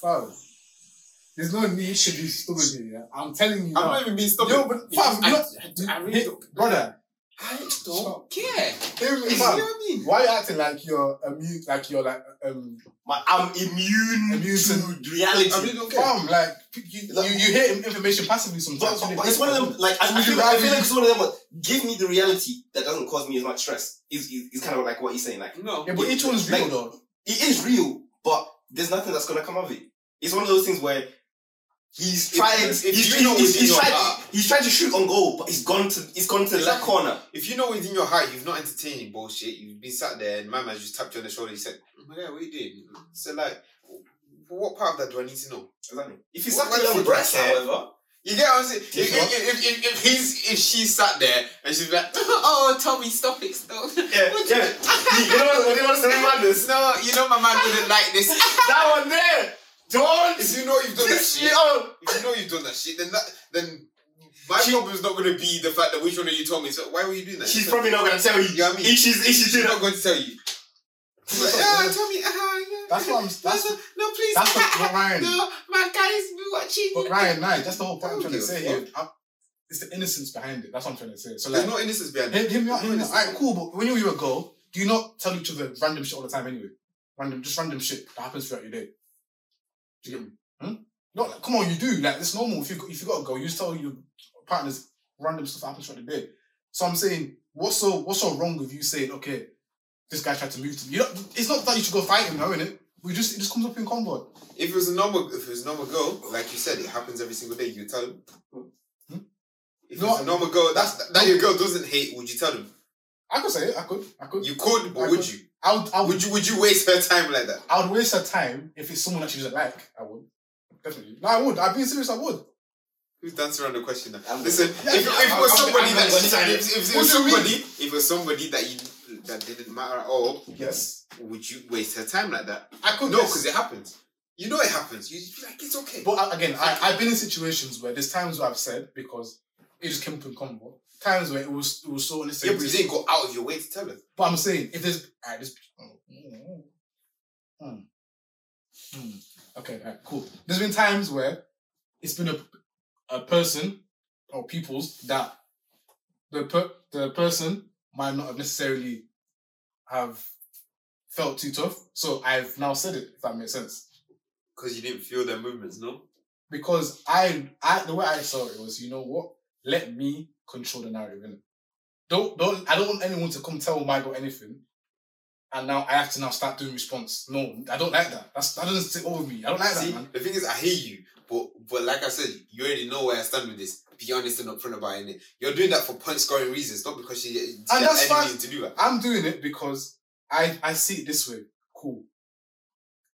[SPEAKER 3] Fam, there's no need to be stupid here. Yeah? I'm telling
[SPEAKER 1] I'm
[SPEAKER 3] you, now.
[SPEAKER 1] not even being stupid.
[SPEAKER 3] Yo, but fam,
[SPEAKER 1] I,
[SPEAKER 3] you're
[SPEAKER 1] I, I
[SPEAKER 3] not,
[SPEAKER 1] really
[SPEAKER 3] Hey,
[SPEAKER 1] don't,
[SPEAKER 3] brother.
[SPEAKER 1] I
[SPEAKER 3] Stop.
[SPEAKER 1] don't care.
[SPEAKER 3] Hear me,
[SPEAKER 1] You know what
[SPEAKER 3] fam.
[SPEAKER 1] I mean?
[SPEAKER 3] Why are you acting like you're immune? Like you're like um
[SPEAKER 2] My, I'm immune,
[SPEAKER 3] Immune
[SPEAKER 2] to reality.
[SPEAKER 1] I really don't care.
[SPEAKER 3] fam? Like you, you, you hear information passively
[SPEAKER 2] But,
[SPEAKER 3] sometimes.
[SPEAKER 2] but- but it's one of them. Like I, I,
[SPEAKER 3] Would you
[SPEAKER 2] feel, I
[SPEAKER 3] rather
[SPEAKER 2] feel
[SPEAKER 3] you-
[SPEAKER 2] like it's one of them. Like, give me the reality that doesn't cause me as much stress. Is is, is kind of like what you're saying. Like
[SPEAKER 1] No.
[SPEAKER 3] Yeah, but each one's real
[SPEAKER 2] Like-
[SPEAKER 3] though.
[SPEAKER 2] it is real, but there's nothing that's gonna come of it. It's one of those things where he's
[SPEAKER 1] If-
[SPEAKER 2] trying.
[SPEAKER 1] if
[SPEAKER 2] he's,
[SPEAKER 1] you
[SPEAKER 2] he's-
[SPEAKER 1] know
[SPEAKER 2] he's-
[SPEAKER 1] within
[SPEAKER 2] he's
[SPEAKER 1] your
[SPEAKER 2] trying-
[SPEAKER 1] heart-
[SPEAKER 2] he's trying to shoot on goal, but he's gone to he's gone to that
[SPEAKER 1] Exactly.
[SPEAKER 2] corner.
[SPEAKER 1] If you know within your heart you've not entertaining bullshit, you've been sat there and my man just tapped you on the shoulder. He said, "Oh "My God, what are you doing?" So like, w- what part of that do I need to know?
[SPEAKER 2] If he's
[SPEAKER 1] What-
[SPEAKER 2] sucking
[SPEAKER 1] what
[SPEAKER 2] on
[SPEAKER 1] if
[SPEAKER 2] breast,
[SPEAKER 1] he does that?
[SPEAKER 2] however,
[SPEAKER 1] You get what I'm saying? If,
[SPEAKER 2] Yes, what?
[SPEAKER 1] if, if, if, if he's if she sat there and she's like, "Oh, Tommy, stop it, stop."
[SPEAKER 2] yeah,
[SPEAKER 1] What
[SPEAKER 2] yeah.
[SPEAKER 1] you-
[SPEAKER 2] You know what? You know what's the madness?
[SPEAKER 1] No, you know my man wouldn't like this.
[SPEAKER 2] That one there, don't. Oh,
[SPEAKER 1] If you know you've done that
[SPEAKER 2] This, you
[SPEAKER 1] shit,
[SPEAKER 2] know,
[SPEAKER 1] if you know you've done that shit, then that then my problem is not going to be the fact that which one of you told me. So why were you doing that?
[SPEAKER 2] She's
[SPEAKER 1] So-
[SPEAKER 2] probably not gonna tell you.
[SPEAKER 1] You know what I mean?
[SPEAKER 2] If she's if she's
[SPEAKER 1] She's
[SPEAKER 2] doing
[SPEAKER 1] not
[SPEAKER 2] that,
[SPEAKER 1] going to tell you. Like, yeah, tell me. Uh, yeah.
[SPEAKER 3] That's what I'm- that's-
[SPEAKER 1] no, no, please. ah,
[SPEAKER 3] That's what but Ryan.
[SPEAKER 1] no, my guys be watching.
[SPEAKER 3] But Ryan, nah, that's the whole point I'm
[SPEAKER 1] I don't
[SPEAKER 3] trying
[SPEAKER 1] give
[SPEAKER 3] to
[SPEAKER 1] a
[SPEAKER 3] say here. I- It's the innocence behind it. That's what I'm trying to say. So
[SPEAKER 1] There's
[SPEAKER 3] like,
[SPEAKER 1] no innocence behind it.
[SPEAKER 3] him,
[SPEAKER 1] there's
[SPEAKER 3] him,
[SPEAKER 1] no
[SPEAKER 3] him, all
[SPEAKER 1] innocence.
[SPEAKER 3] right, cool. But when you were a girl, do you not tell each other random shit all the time anyway? Random, just random shit that happens throughout your day. Do you get me? Hmm? No, like, come on, you do. Like it's normal. If you got- if you got a girl, you just tell your partners random stuff that happens throughout the day. So I'm saying, what's so what's so wrong with you saying, okay, this guy tried to move to me? You know, it's not that you should go fight him, no, innit? We just it just comes up in convo.
[SPEAKER 1] If it was a normal, if it was a normal girl, like you said, it happens every single day. You tell them.
[SPEAKER 3] Hmm?
[SPEAKER 1] If
[SPEAKER 3] No,
[SPEAKER 1] it's a normal girl, that's that your girl doesn't hate. Would you tell them?
[SPEAKER 3] I could say it. I could. I could.
[SPEAKER 1] You could, but
[SPEAKER 3] I
[SPEAKER 1] would
[SPEAKER 3] could.
[SPEAKER 1] you?
[SPEAKER 3] I would. I would.
[SPEAKER 1] Would you? Would you waste her time like that?
[SPEAKER 3] I would waste her time if it's someone that she doesn't like. I would. Definitely. No, I would. I've been serious. I would.
[SPEAKER 1] Who's dancing around the question now?
[SPEAKER 2] I'm-
[SPEAKER 1] Listen,
[SPEAKER 3] Yeah,
[SPEAKER 1] if, if it
[SPEAKER 2] I'm-
[SPEAKER 1] was
[SPEAKER 2] I'm-
[SPEAKER 1] somebody
[SPEAKER 2] I'm-
[SPEAKER 1] that
[SPEAKER 2] I'm-
[SPEAKER 1] she-
[SPEAKER 2] I'm-
[SPEAKER 1] if, if, if it
[SPEAKER 3] What
[SPEAKER 1] was
[SPEAKER 3] do you mean?
[SPEAKER 1] somebody, if it was somebody that you that didn't matter at all,
[SPEAKER 3] Yes.
[SPEAKER 1] would you waste her time like that?
[SPEAKER 3] I could.
[SPEAKER 1] No,
[SPEAKER 3] yes.
[SPEAKER 1] because it happens. You know it happens. You be like, it's okay.
[SPEAKER 3] But I- again, I, I've been in situations where there's times where I've said because it just came up in combo. Times where it was it was so
[SPEAKER 1] yeah,
[SPEAKER 3] unnecessary.
[SPEAKER 1] but you didn't go out of your way to tell her.
[SPEAKER 3] But I'm saying if there's alright, this oh, Hmm. Hmm. okay, alright, cool. There's been times where it's been a a person or people's that the per, the person might not have necessarily have felt too tough. So I've now said it, if that makes sense.
[SPEAKER 1] Because you didn't feel their movements, no?
[SPEAKER 3] Because I I the way I saw it was, you know what? Let me control the narrative, innit? Don't don't I don't want anyone to come tell my girl anything. And now I have to now start doing response. No, I don't like that. That's that doesn't sit over me. I don't like
[SPEAKER 1] See,
[SPEAKER 3] that, man.
[SPEAKER 1] the thing is, I hear you, but but like I said, you already know where I stand with this. Be honest and upfront about it. innit? You're doing that for point scoring reasons, not because she, she
[SPEAKER 3] And
[SPEAKER 1] has any
[SPEAKER 3] that's fine.
[SPEAKER 1] reason to do that.
[SPEAKER 3] I'm doing it because I I see it this way. Cool.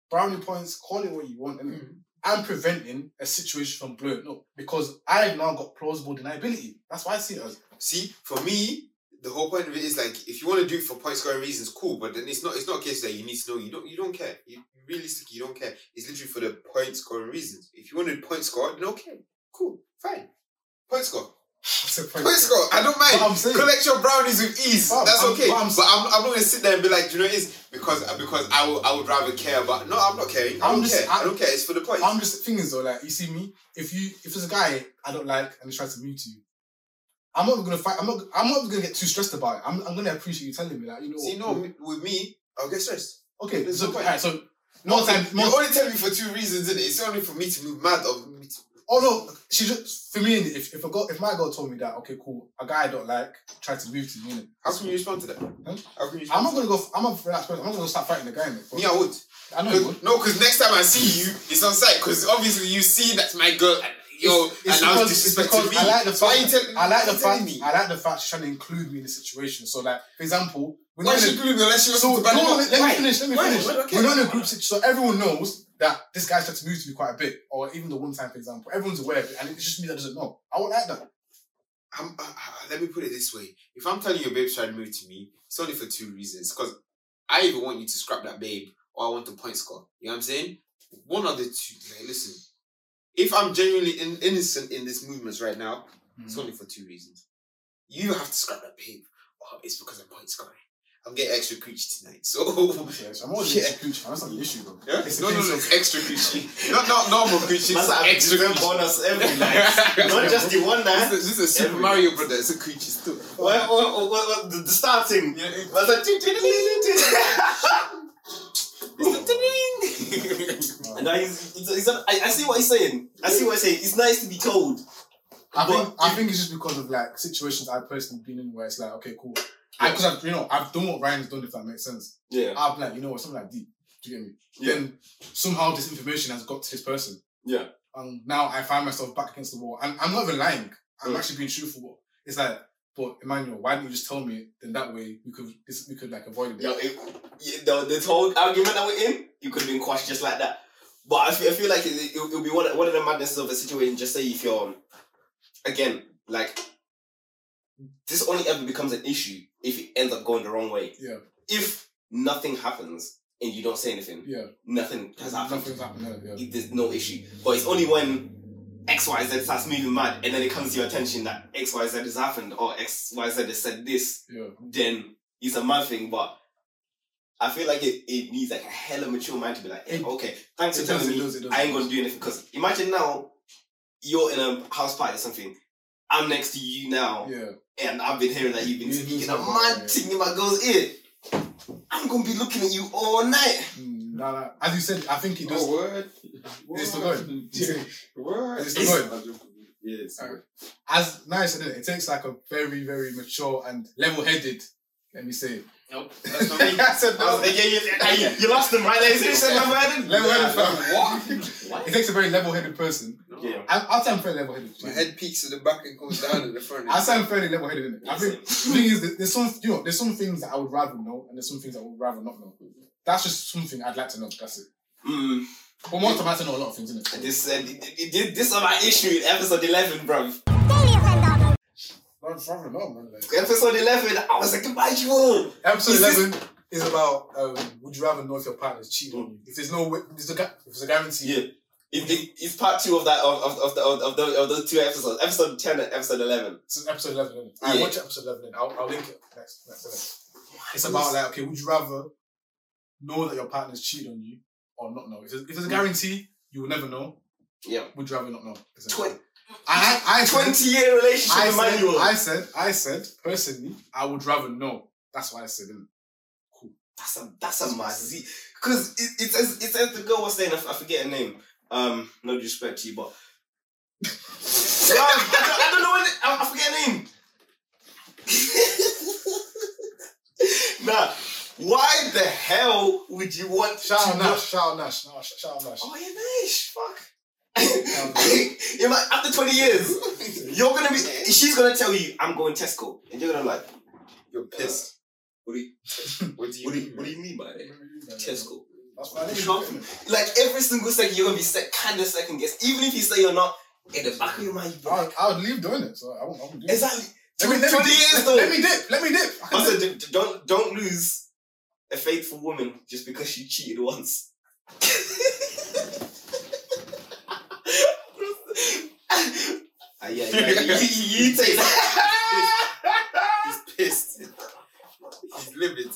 [SPEAKER 3] Brownie points, call it what you want, innit? I'm preventing a situation from blowing up because I've now got plausible deniability. That's why I see it as
[SPEAKER 1] See, for me, the whole point of it is like if you want to do it for point scoring reasons, cool. But then it's not it's not a case that you need to know you don't you don't care. You realistically you don't care. It's literally for the point scoring reasons. If you want to point score, then okay, cool, fine. Point score.
[SPEAKER 3] it's a point.
[SPEAKER 1] Point score. I don't mind.
[SPEAKER 3] But I'm saying
[SPEAKER 1] Collect your brownies with ease.
[SPEAKER 3] Fam,
[SPEAKER 1] That's
[SPEAKER 3] I'm-
[SPEAKER 1] okay.
[SPEAKER 3] but I'm-
[SPEAKER 1] but I'm, I'm not gonna sit there and be like, do you know, what it is because because I would I would rather care about. No, I'm not caring. I
[SPEAKER 3] I'm
[SPEAKER 1] don't
[SPEAKER 3] just-
[SPEAKER 1] care. I, don't care. It's for the point.
[SPEAKER 3] I'm just thing is though, like you see me, if you if there's a guy I don't like and he tries to mute you, I'm not gonna fight. I'm not. I'm not gonna get too stressed about it. I'm, I'm gonna appreciate you telling me that. You know.
[SPEAKER 1] See, no, m- with me, I'll get stressed.
[SPEAKER 3] Okay.
[SPEAKER 1] there's
[SPEAKER 3] So,
[SPEAKER 1] no point.
[SPEAKER 3] alright, so more time.
[SPEAKER 1] You
[SPEAKER 3] More,
[SPEAKER 1] only tell me for two reasons, isn't it? It's only for me to move mad or me to
[SPEAKER 3] oh no, she just for me. If if a girl, if my girl told me that, okay, cool, a guy I don't like tried to move to me. innit?
[SPEAKER 1] How can you respond to that? How can you
[SPEAKER 3] I'm
[SPEAKER 1] respond?
[SPEAKER 3] not gonna go. I'm not relaxed person. I'm not gonna start fighting the guy. innit? But
[SPEAKER 1] Me, I would.
[SPEAKER 3] I know you would.
[SPEAKER 1] Cause, no, because next time I see you, it's on site. Because obviously you see that's my girl. And, yo, and
[SPEAKER 3] It's
[SPEAKER 1] now
[SPEAKER 3] because- it's
[SPEAKER 1] it's disrespecting
[SPEAKER 3] because
[SPEAKER 1] me.
[SPEAKER 3] I like the
[SPEAKER 1] So why
[SPEAKER 3] fact.
[SPEAKER 1] you telling
[SPEAKER 3] I like
[SPEAKER 1] why
[SPEAKER 3] the
[SPEAKER 1] you telling
[SPEAKER 3] fact.
[SPEAKER 1] Me?
[SPEAKER 3] I like the fact she's trying to include me in the situation. So, like, for example, we're
[SPEAKER 1] Why
[SPEAKER 3] not in
[SPEAKER 1] should
[SPEAKER 3] a-
[SPEAKER 1] you believe me unless you
[SPEAKER 3] So
[SPEAKER 1] listen
[SPEAKER 3] no,
[SPEAKER 1] to Bad Luck?
[SPEAKER 3] let, let
[SPEAKER 1] Why?
[SPEAKER 3] me finish. Let me
[SPEAKER 1] Why?
[SPEAKER 3] finish.
[SPEAKER 1] Why do I care?
[SPEAKER 3] We're not in a group situation, so everyone knows that this guy's tried to move to me quite a bit, or even the one time, for example. Everyone's aware of it, and it's just me that doesn't know. I won't like that.
[SPEAKER 1] I'm, uh, uh, let me put it this way: If I'm telling you, babe, trying to move to me, it's only for two reasons. Because I either want you to scrap that babe, or I want the point score. You know what I'm saying? One of the two. Like, listen, if I'm genuinely in, innocent in this movement right now, it's only for two reasons. You have to scrap that babe, or it's because of point scoring. I'm getting extra coochie tonight, so.
[SPEAKER 3] Okay, so I'm always
[SPEAKER 1] Yeah.
[SPEAKER 3] yeah. coochie. man. That's not the issue, though.
[SPEAKER 1] Yeah?
[SPEAKER 3] It's
[SPEAKER 1] No,
[SPEAKER 3] the
[SPEAKER 1] no,
[SPEAKER 3] case
[SPEAKER 1] no,
[SPEAKER 3] of-
[SPEAKER 1] extra coochie. Not, not normal coochie,
[SPEAKER 2] Must have
[SPEAKER 1] it's extra
[SPEAKER 2] different
[SPEAKER 1] coochie.
[SPEAKER 2] bonus every night. Not just the one
[SPEAKER 1] This
[SPEAKER 2] night.
[SPEAKER 1] is, this is Super
[SPEAKER 2] Every-
[SPEAKER 1] Mario Brother, it's a coochie still.
[SPEAKER 2] Well, well, well, well, well, the, the starting.
[SPEAKER 1] Yeah, it-
[SPEAKER 2] Must have ding, ding, ding, ding, ding, ding. Ding, ding, ding.
[SPEAKER 3] Wow.
[SPEAKER 2] And I, it's, it's, I, I see what he's saying. I see what he's saying. It's nice to be told.
[SPEAKER 3] I think
[SPEAKER 2] But-
[SPEAKER 3] I think it's just because of like situations I've personally been in where it's like, okay, cool. Because I've you know I've done what Ryan's done, if that makes sense.
[SPEAKER 2] Yeah.
[SPEAKER 3] I've like you know what something like deep. Do you get me?
[SPEAKER 2] Yeah.
[SPEAKER 3] Then somehow this information has got to this person.
[SPEAKER 2] Yeah.
[SPEAKER 3] And now I find myself back against the wall. And I'm not even lying. I'm
[SPEAKER 2] Mm.
[SPEAKER 3] actually being truthful. It's like, but Emmanuel, why didn't you just tell me? Then that way we could this, we could like avoid it.
[SPEAKER 2] Yo, it, yeah, the, this whole argument that we're in, you could have been quashed just like that. But I feel, I feel like it, it, it'll be one of, one of the madness of a situation. Just say if you're, again, like, this only ever becomes an issue if it ends up going the wrong way.
[SPEAKER 3] Yeah.
[SPEAKER 2] If nothing happens and you don't say anything,
[SPEAKER 3] Yeah.
[SPEAKER 2] nothing has happened.
[SPEAKER 3] Nothing's happened. Yeah.
[SPEAKER 2] It- There's no issue. But it's only when X, Y, Z starts moving mad and then it comes to your attention that X, Y, Z has happened or X, Y, Z has said this
[SPEAKER 3] Yeah.
[SPEAKER 2] then it's a mad thing. But I feel like it, it needs like a hella mature mind to be like, eh,
[SPEAKER 3] It-
[SPEAKER 2] okay, thanks
[SPEAKER 3] It
[SPEAKER 2] for
[SPEAKER 3] does,
[SPEAKER 2] telling
[SPEAKER 3] it
[SPEAKER 2] me.
[SPEAKER 3] does, it does,
[SPEAKER 2] I ain't
[SPEAKER 3] it
[SPEAKER 2] gonna
[SPEAKER 3] does.
[SPEAKER 2] do anything because imagine now you're in a house party or something. I'm next to you now,
[SPEAKER 3] Yeah.
[SPEAKER 2] and I've been hearing that you've been
[SPEAKER 3] You- you
[SPEAKER 2] speaking a
[SPEAKER 3] talk about
[SPEAKER 2] mad
[SPEAKER 3] it.
[SPEAKER 2] thing in my girl's ear. I'm gonna be looking at you all night.
[SPEAKER 3] Mm, nah, nah. As you said, I think it does.
[SPEAKER 5] Oh, word.
[SPEAKER 3] It's the
[SPEAKER 5] Word.
[SPEAKER 3] It's the going.
[SPEAKER 5] Yeah, it's the
[SPEAKER 3] Alright.
[SPEAKER 5] going.
[SPEAKER 3] As nice, isn't it? It takes like a very, very mature and level-headed. Let me say.
[SPEAKER 2] Nope.
[SPEAKER 1] That's not me.
[SPEAKER 3] I said
[SPEAKER 2] I
[SPEAKER 3] no.
[SPEAKER 2] was like, yeah, yeah, yeah, yeah, you lost them right there. You said my
[SPEAKER 3] Level-headed. fam.
[SPEAKER 2] What?
[SPEAKER 3] It takes a very level-headed person.
[SPEAKER 1] No.
[SPEAKER 2] Yeah.
[SPEAKER 3] I, I'll say I'm fairly level-headed.
[SPEAKER 1] My head peaks at the back and goes down at the front.
[SPEAKER 3] I say I'm fairly level-headed in it. I think
[SPEAKER 2] Yes.
[SPEAKER 3] the thing is that there's some you know there's some things that I would rather know and there's some things that I would rather not know. That's just something I'd like to know. That's it.
[SPEAKER 2] Mm.
[SPEAKER 3] But most time I like to know a lot of things, innit?
[SPEAKER 2] This uh, this, this are my issue in episode eleven, bruv.
[SPEAKER 3] Not rather know, man. like-
[SPEAKER 2] Episode 11, I was like, imagine.
[SPEAKER 3] Episode
[SPEAKER 2] Is this-
[SPEAKER 3] eleven is about um, would you rather know if your partner's cheating on you? If there's no, way- if there's a, gu- if there's a guarantee,
[SPEAKER 2] Yeah. It, it, it's part two of that of of of, the, of, of, the, of those two episodes, episode ten and episode eleven.
[SPEAKER 3] It's episode 11. Isn't it? I
[SPEAKER 2] Yeah.
[SPEAKER 3] watch episode 11. then. I'll, I'll link it next. next next. It's about like, okay, would you rather know that your partner's cheated on you or not know? If there's, if there's a guarantee, you will never know.
[SPEAKER 2] Mm. Yeah.
[SPEAKER 3] Would you rather not know? It's a-
[SPEAKER 2] Twen-
[SPEAKER 3] I, I, I said-
[SPEAKER 2] Twenty year relationship
[SPEAKER 3] I said,
[SPEAKER 2] manual.
[SPEAKER 3] I said, I said, personally, I would rather know. That's what I said. innit?
[SPEAKER 2] that's a that's a massive because it, it says it says the girl was saying I, f- I forget her name. Um, no disrespect to you, but Bruv, I, don't, I don't know what I, I forget her name. nah, why the hell would you want
[SPEAKER 3] Shout out
[SPEAKER 2] to know-
[SPEAKER 3] Nash, shout out Nash, no, sh- shout out Nash.
[SPEAKER 2] Oh, you're nice. Fuck. you're like, after 20 years, you're gonna be. She's gonna tell you, I'm going Tesco. And you're gonna like,
[SPEAKER 1] You're pissed.
[SPEAKER 2] what do you,
[SPEAKER 1] What do you
[SPEAKER 2] what do you,
[SPEAKER 1] mean?
[SPEAKER 2] what do you mean by that? Tesco.
[SPEAKER 3] That's what I think.
[SPEAKER 2] Shop. Like, every single second, you're gonna be sec- kind of second guess. Even if you say you're not, in the back of your mind, you're
[SPEAKER 3] I
[SPEAKER 2] like,
[SPEAKER 3] would, I would leave doing it, so I won't, Oh, I won't do it.
[SPEAKER 2] exactly.
[SPEAKER 3] Let me, let
[SPEAKER 2] 20
[SPEAKER 3] me,
[SPEAKER 2] years
[SPEAKER 3] let,
[SPEAKER 2] though.
[SPEAKER 3] let me dip, let me dip. I can
[SPEAKER 2] Also, d- d- don't, don't lose a faithful woman just because she cheated once. Ah, yeah, yeah, you, you, you take that.
[SPEAKER 1] He's pissed. He's livid.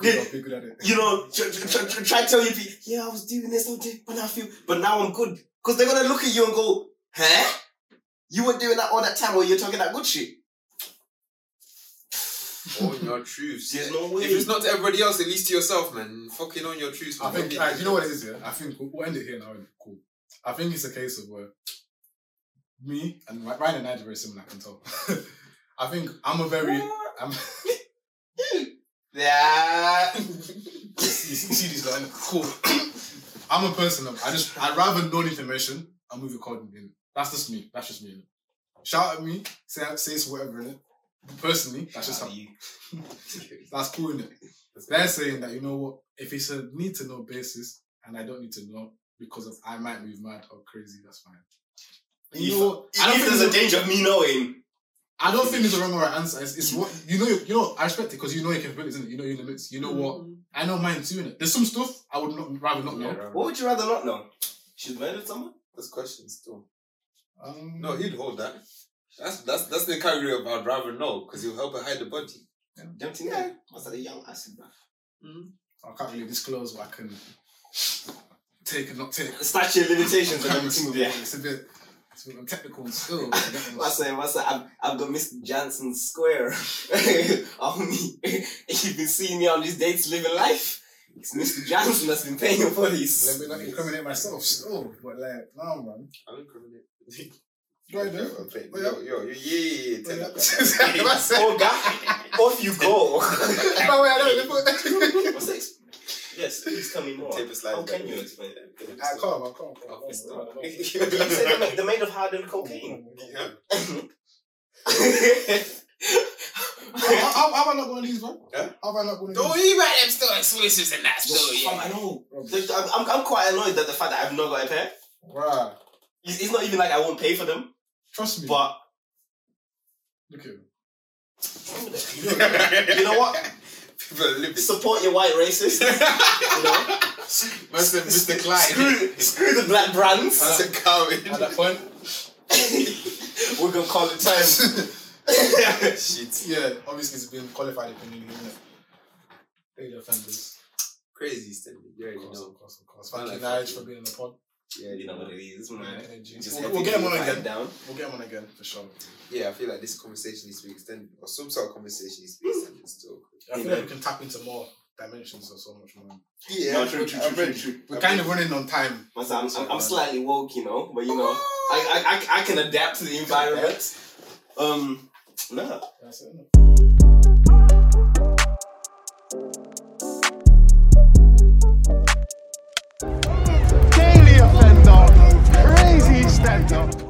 [SPEAKER 3] Good job, be good at it.
[SPEAKER 2] you know, try, try, try, try to tell you, pe- yeah, I was doing this, I did, but now I feel, but now I'm good. Because they're gonna look at you and go, huh? You were doing that all that time while you're talking that good shit.
[SPEAKER 1] Own your truths.
[SPEAKER 2] There's no way.
[SPEAKER 1] If it's not to everybody else, at least to yourself, man. Fucking own your truths.
[SPEAKER 3] I
[SPEAKER 1] man.
[SPEAKER 3] think, alright, you know what it is, yeah? I think we'll, we'll end it here now. innit? Cool. I think it's a case of where me and Ry- Ryan and I are very similar, I can tell. I think I'm a very. I'm,
[SPEAKER 2] Yeah.
[SPEAKER 3] you see these guys, cool. I'm a person of I just I'd rather know the information and move accordingly. innit? That's just me. That's just me. innit? Shout at me, say say it's whatever in it. Personally, that's just how
[SPEAKER 2] you.
[SPEAKER 3] that's cool in it. They're saying that you know what, if it's a need to know basis and I don't need to know because of I might move mad or crazy, that's fine. And You
[SPEAKER 2] If-
[SPEAKER 3] know what? I don't
[SPEAKER 2] If
[SPEAKER 3] think
[SPEAKER 2] there's a
[SPEAKER 3] it's a-
[SPEAKER 2] danger of me knowing,
[SPEAKER 3] I don't think it's a wrong or right answer. It's, it's what you know. You know, I respect it because you know your capabilities, isn't it? You know your limits. You know what?
[SPEAKER 2] Mm-hmm.
[SPEAKER 3] I know mine too. Innit? There's some stuff I would not rather not know.
[SPEAKER 1] Yeah,
[SPEAKER 2] what would you rather not know? She's murdered someone?
[SPEAKER 1] That's questions too.
[SPEAKER 3] Um,
[SPEAKER 1] No, he'd hold that. That's that's that's the category of I'd rather know because he'll help her hide the body.
[SPEAKER 2] Don't you know? Must have a young acid, bruv.
[SPEAKER 3] I can't really disclose what I can take and not take.
[SPEAKER 2] Statute of limitations and
[SPEAKER 3] It's
[SPEAKER 2] everything, yeah.
[SPEAKER 3] a bit, it's a bit technical and still.
[SPEAKER 2] What's that? What's that? I've, I've got Mr. Johnson Square on me. You've been seeing me on these dates living life. It's Mr. Johnson that's been paying your
[SPEAKER 3] Let
[SPEAKER 2] police.
[SPEAKER 3] me not incriminate myself still, but like, no, man.
[SPEAKER 1] I'll incriminate.
[SPEAKER 3] Go ahead,
[SPEAKER 1] Yo,
[SPEAKER 3] then.
[SPEAKER 1] play-
[SPEAKER 3] Oh, yeah. Oh,
[SPEAKER 1] yo, yo, yo, yeah, yeah, yeah, turn
[SPEAKER 3] yeah.
[SPEAKER 1] up. What's that?
[SPEAKER 2] Oh, God. Off you go.
[SPEAKER 1] No, wait, I don't know.
[SPEAKER 2] What's that? Yes, please tell me more.
[SPEAKER 1] Tape a slide
[SPEAKER 2] How can
[SPEAKER 1] back.
[SPEAKER 2] you explain that?
[SPEAKER 3] I can't, I can't. I
[SPEAKER 1] Oh, it's not.
[SPEAKER 3] can't.
[SPEAKER 2] You said they're made- they're made of hardened cocaine.
[SPEAKER 1] Yeah.
[SPEAKER 3] How- How how am I not going to these, bro?
[SPEAKER 1] Huh?
[SPEAKER 3] How am I not going to
[SPEAKER 4] Don't
[SPEAKER 3] these?
[SPEAKER 4] worry about them still exclusives and that still, yeah.
[SPEAKER 3] I know. bro.
[SPEAKER 2] Just- I'm, I'm- I'm quite annoyed that the fact that I've not got a pair.
[SPEAKER 3] Bruh.
[SPEAKER 2] It's, it's not even like I won't pay for them,
[SPEAKER 3] Trust me.
[SPEAKER 2] but
[SPEAKER 3] Look at him.
[SPEAKER 2] you know what?
[SPEAKER 1] People are living.
[SPEAKER 2] Support your white racists. You know?
[SPEAKER 1] Mr. Mr. Clyde.
[SPEAKER 2] screw, screw the black brands.
[SPEAKER 1] That's a
[SPEAKER 3] At
[SPEAKER 1] coward.
[SPEAKER 3] that point,
[SPEAKER 2] We're gonna call it time.
[SPEAKER 1] Shit.
[SPEAKER 3] yeah, obviously it's been qualified opinion, isn't it? They the offenders.
[SPEAKER 1] Crazy, Stanley. You
[SPEAKER 3] Of
[SPEAKER 1] already
[SPEAKER 3] course,
[SPEAKER 1] know.
[SPEAKER 3] of course, of course.
[SPEAKER 1] I
[SPEAKER 3] Thank you,
[SPEAKER 1] like
[SPEAKER 3] Nige, for being on the pod.
[SPEAKER 1] Yeah,
[SPEAKER 2] you know what it is, man.
[SPEAKER 3] Energy.
[SPEAKER 2] Just
[SPEAKER 3] We'll, we'll get him on
[SPEAKER 2] everything
[SPEAKER 3] again.
[SPEAKER 2] Down.
[SPEAKER 3] We'll get him on again, for sure.
[SPEAKER 1] Yeah, I feel like this conversation needs to be extended, or some sort of conversation needs to be extended. Still.
[SPEAKER 3] I feel
[SPEAKER 2] Yeah.
[SPEAKER 3] like we can tap into more dimensions or so much more.
[SPEAKER 1] Yeah,
[SPEAKER 2] No, true, true,
[SPEAKER 1] I'm
[SPEAKER 2] true,
[SPEAKER 1] ready.
[SPEAKER 2] true, true.
[SPEAKER 3] We're kind of running on time.
[SPEAKER 2] Once I'm, I'm, I'm
[SPEAKER 3] Sorry,
[SPEAKER 2] slightly woke, you know, but you know, I, I, I, I can adapt to the environment. Um, no.
[SPEAKER 3] man. That's it.
[SPEAKER 6] Daily offender, crazy stand up.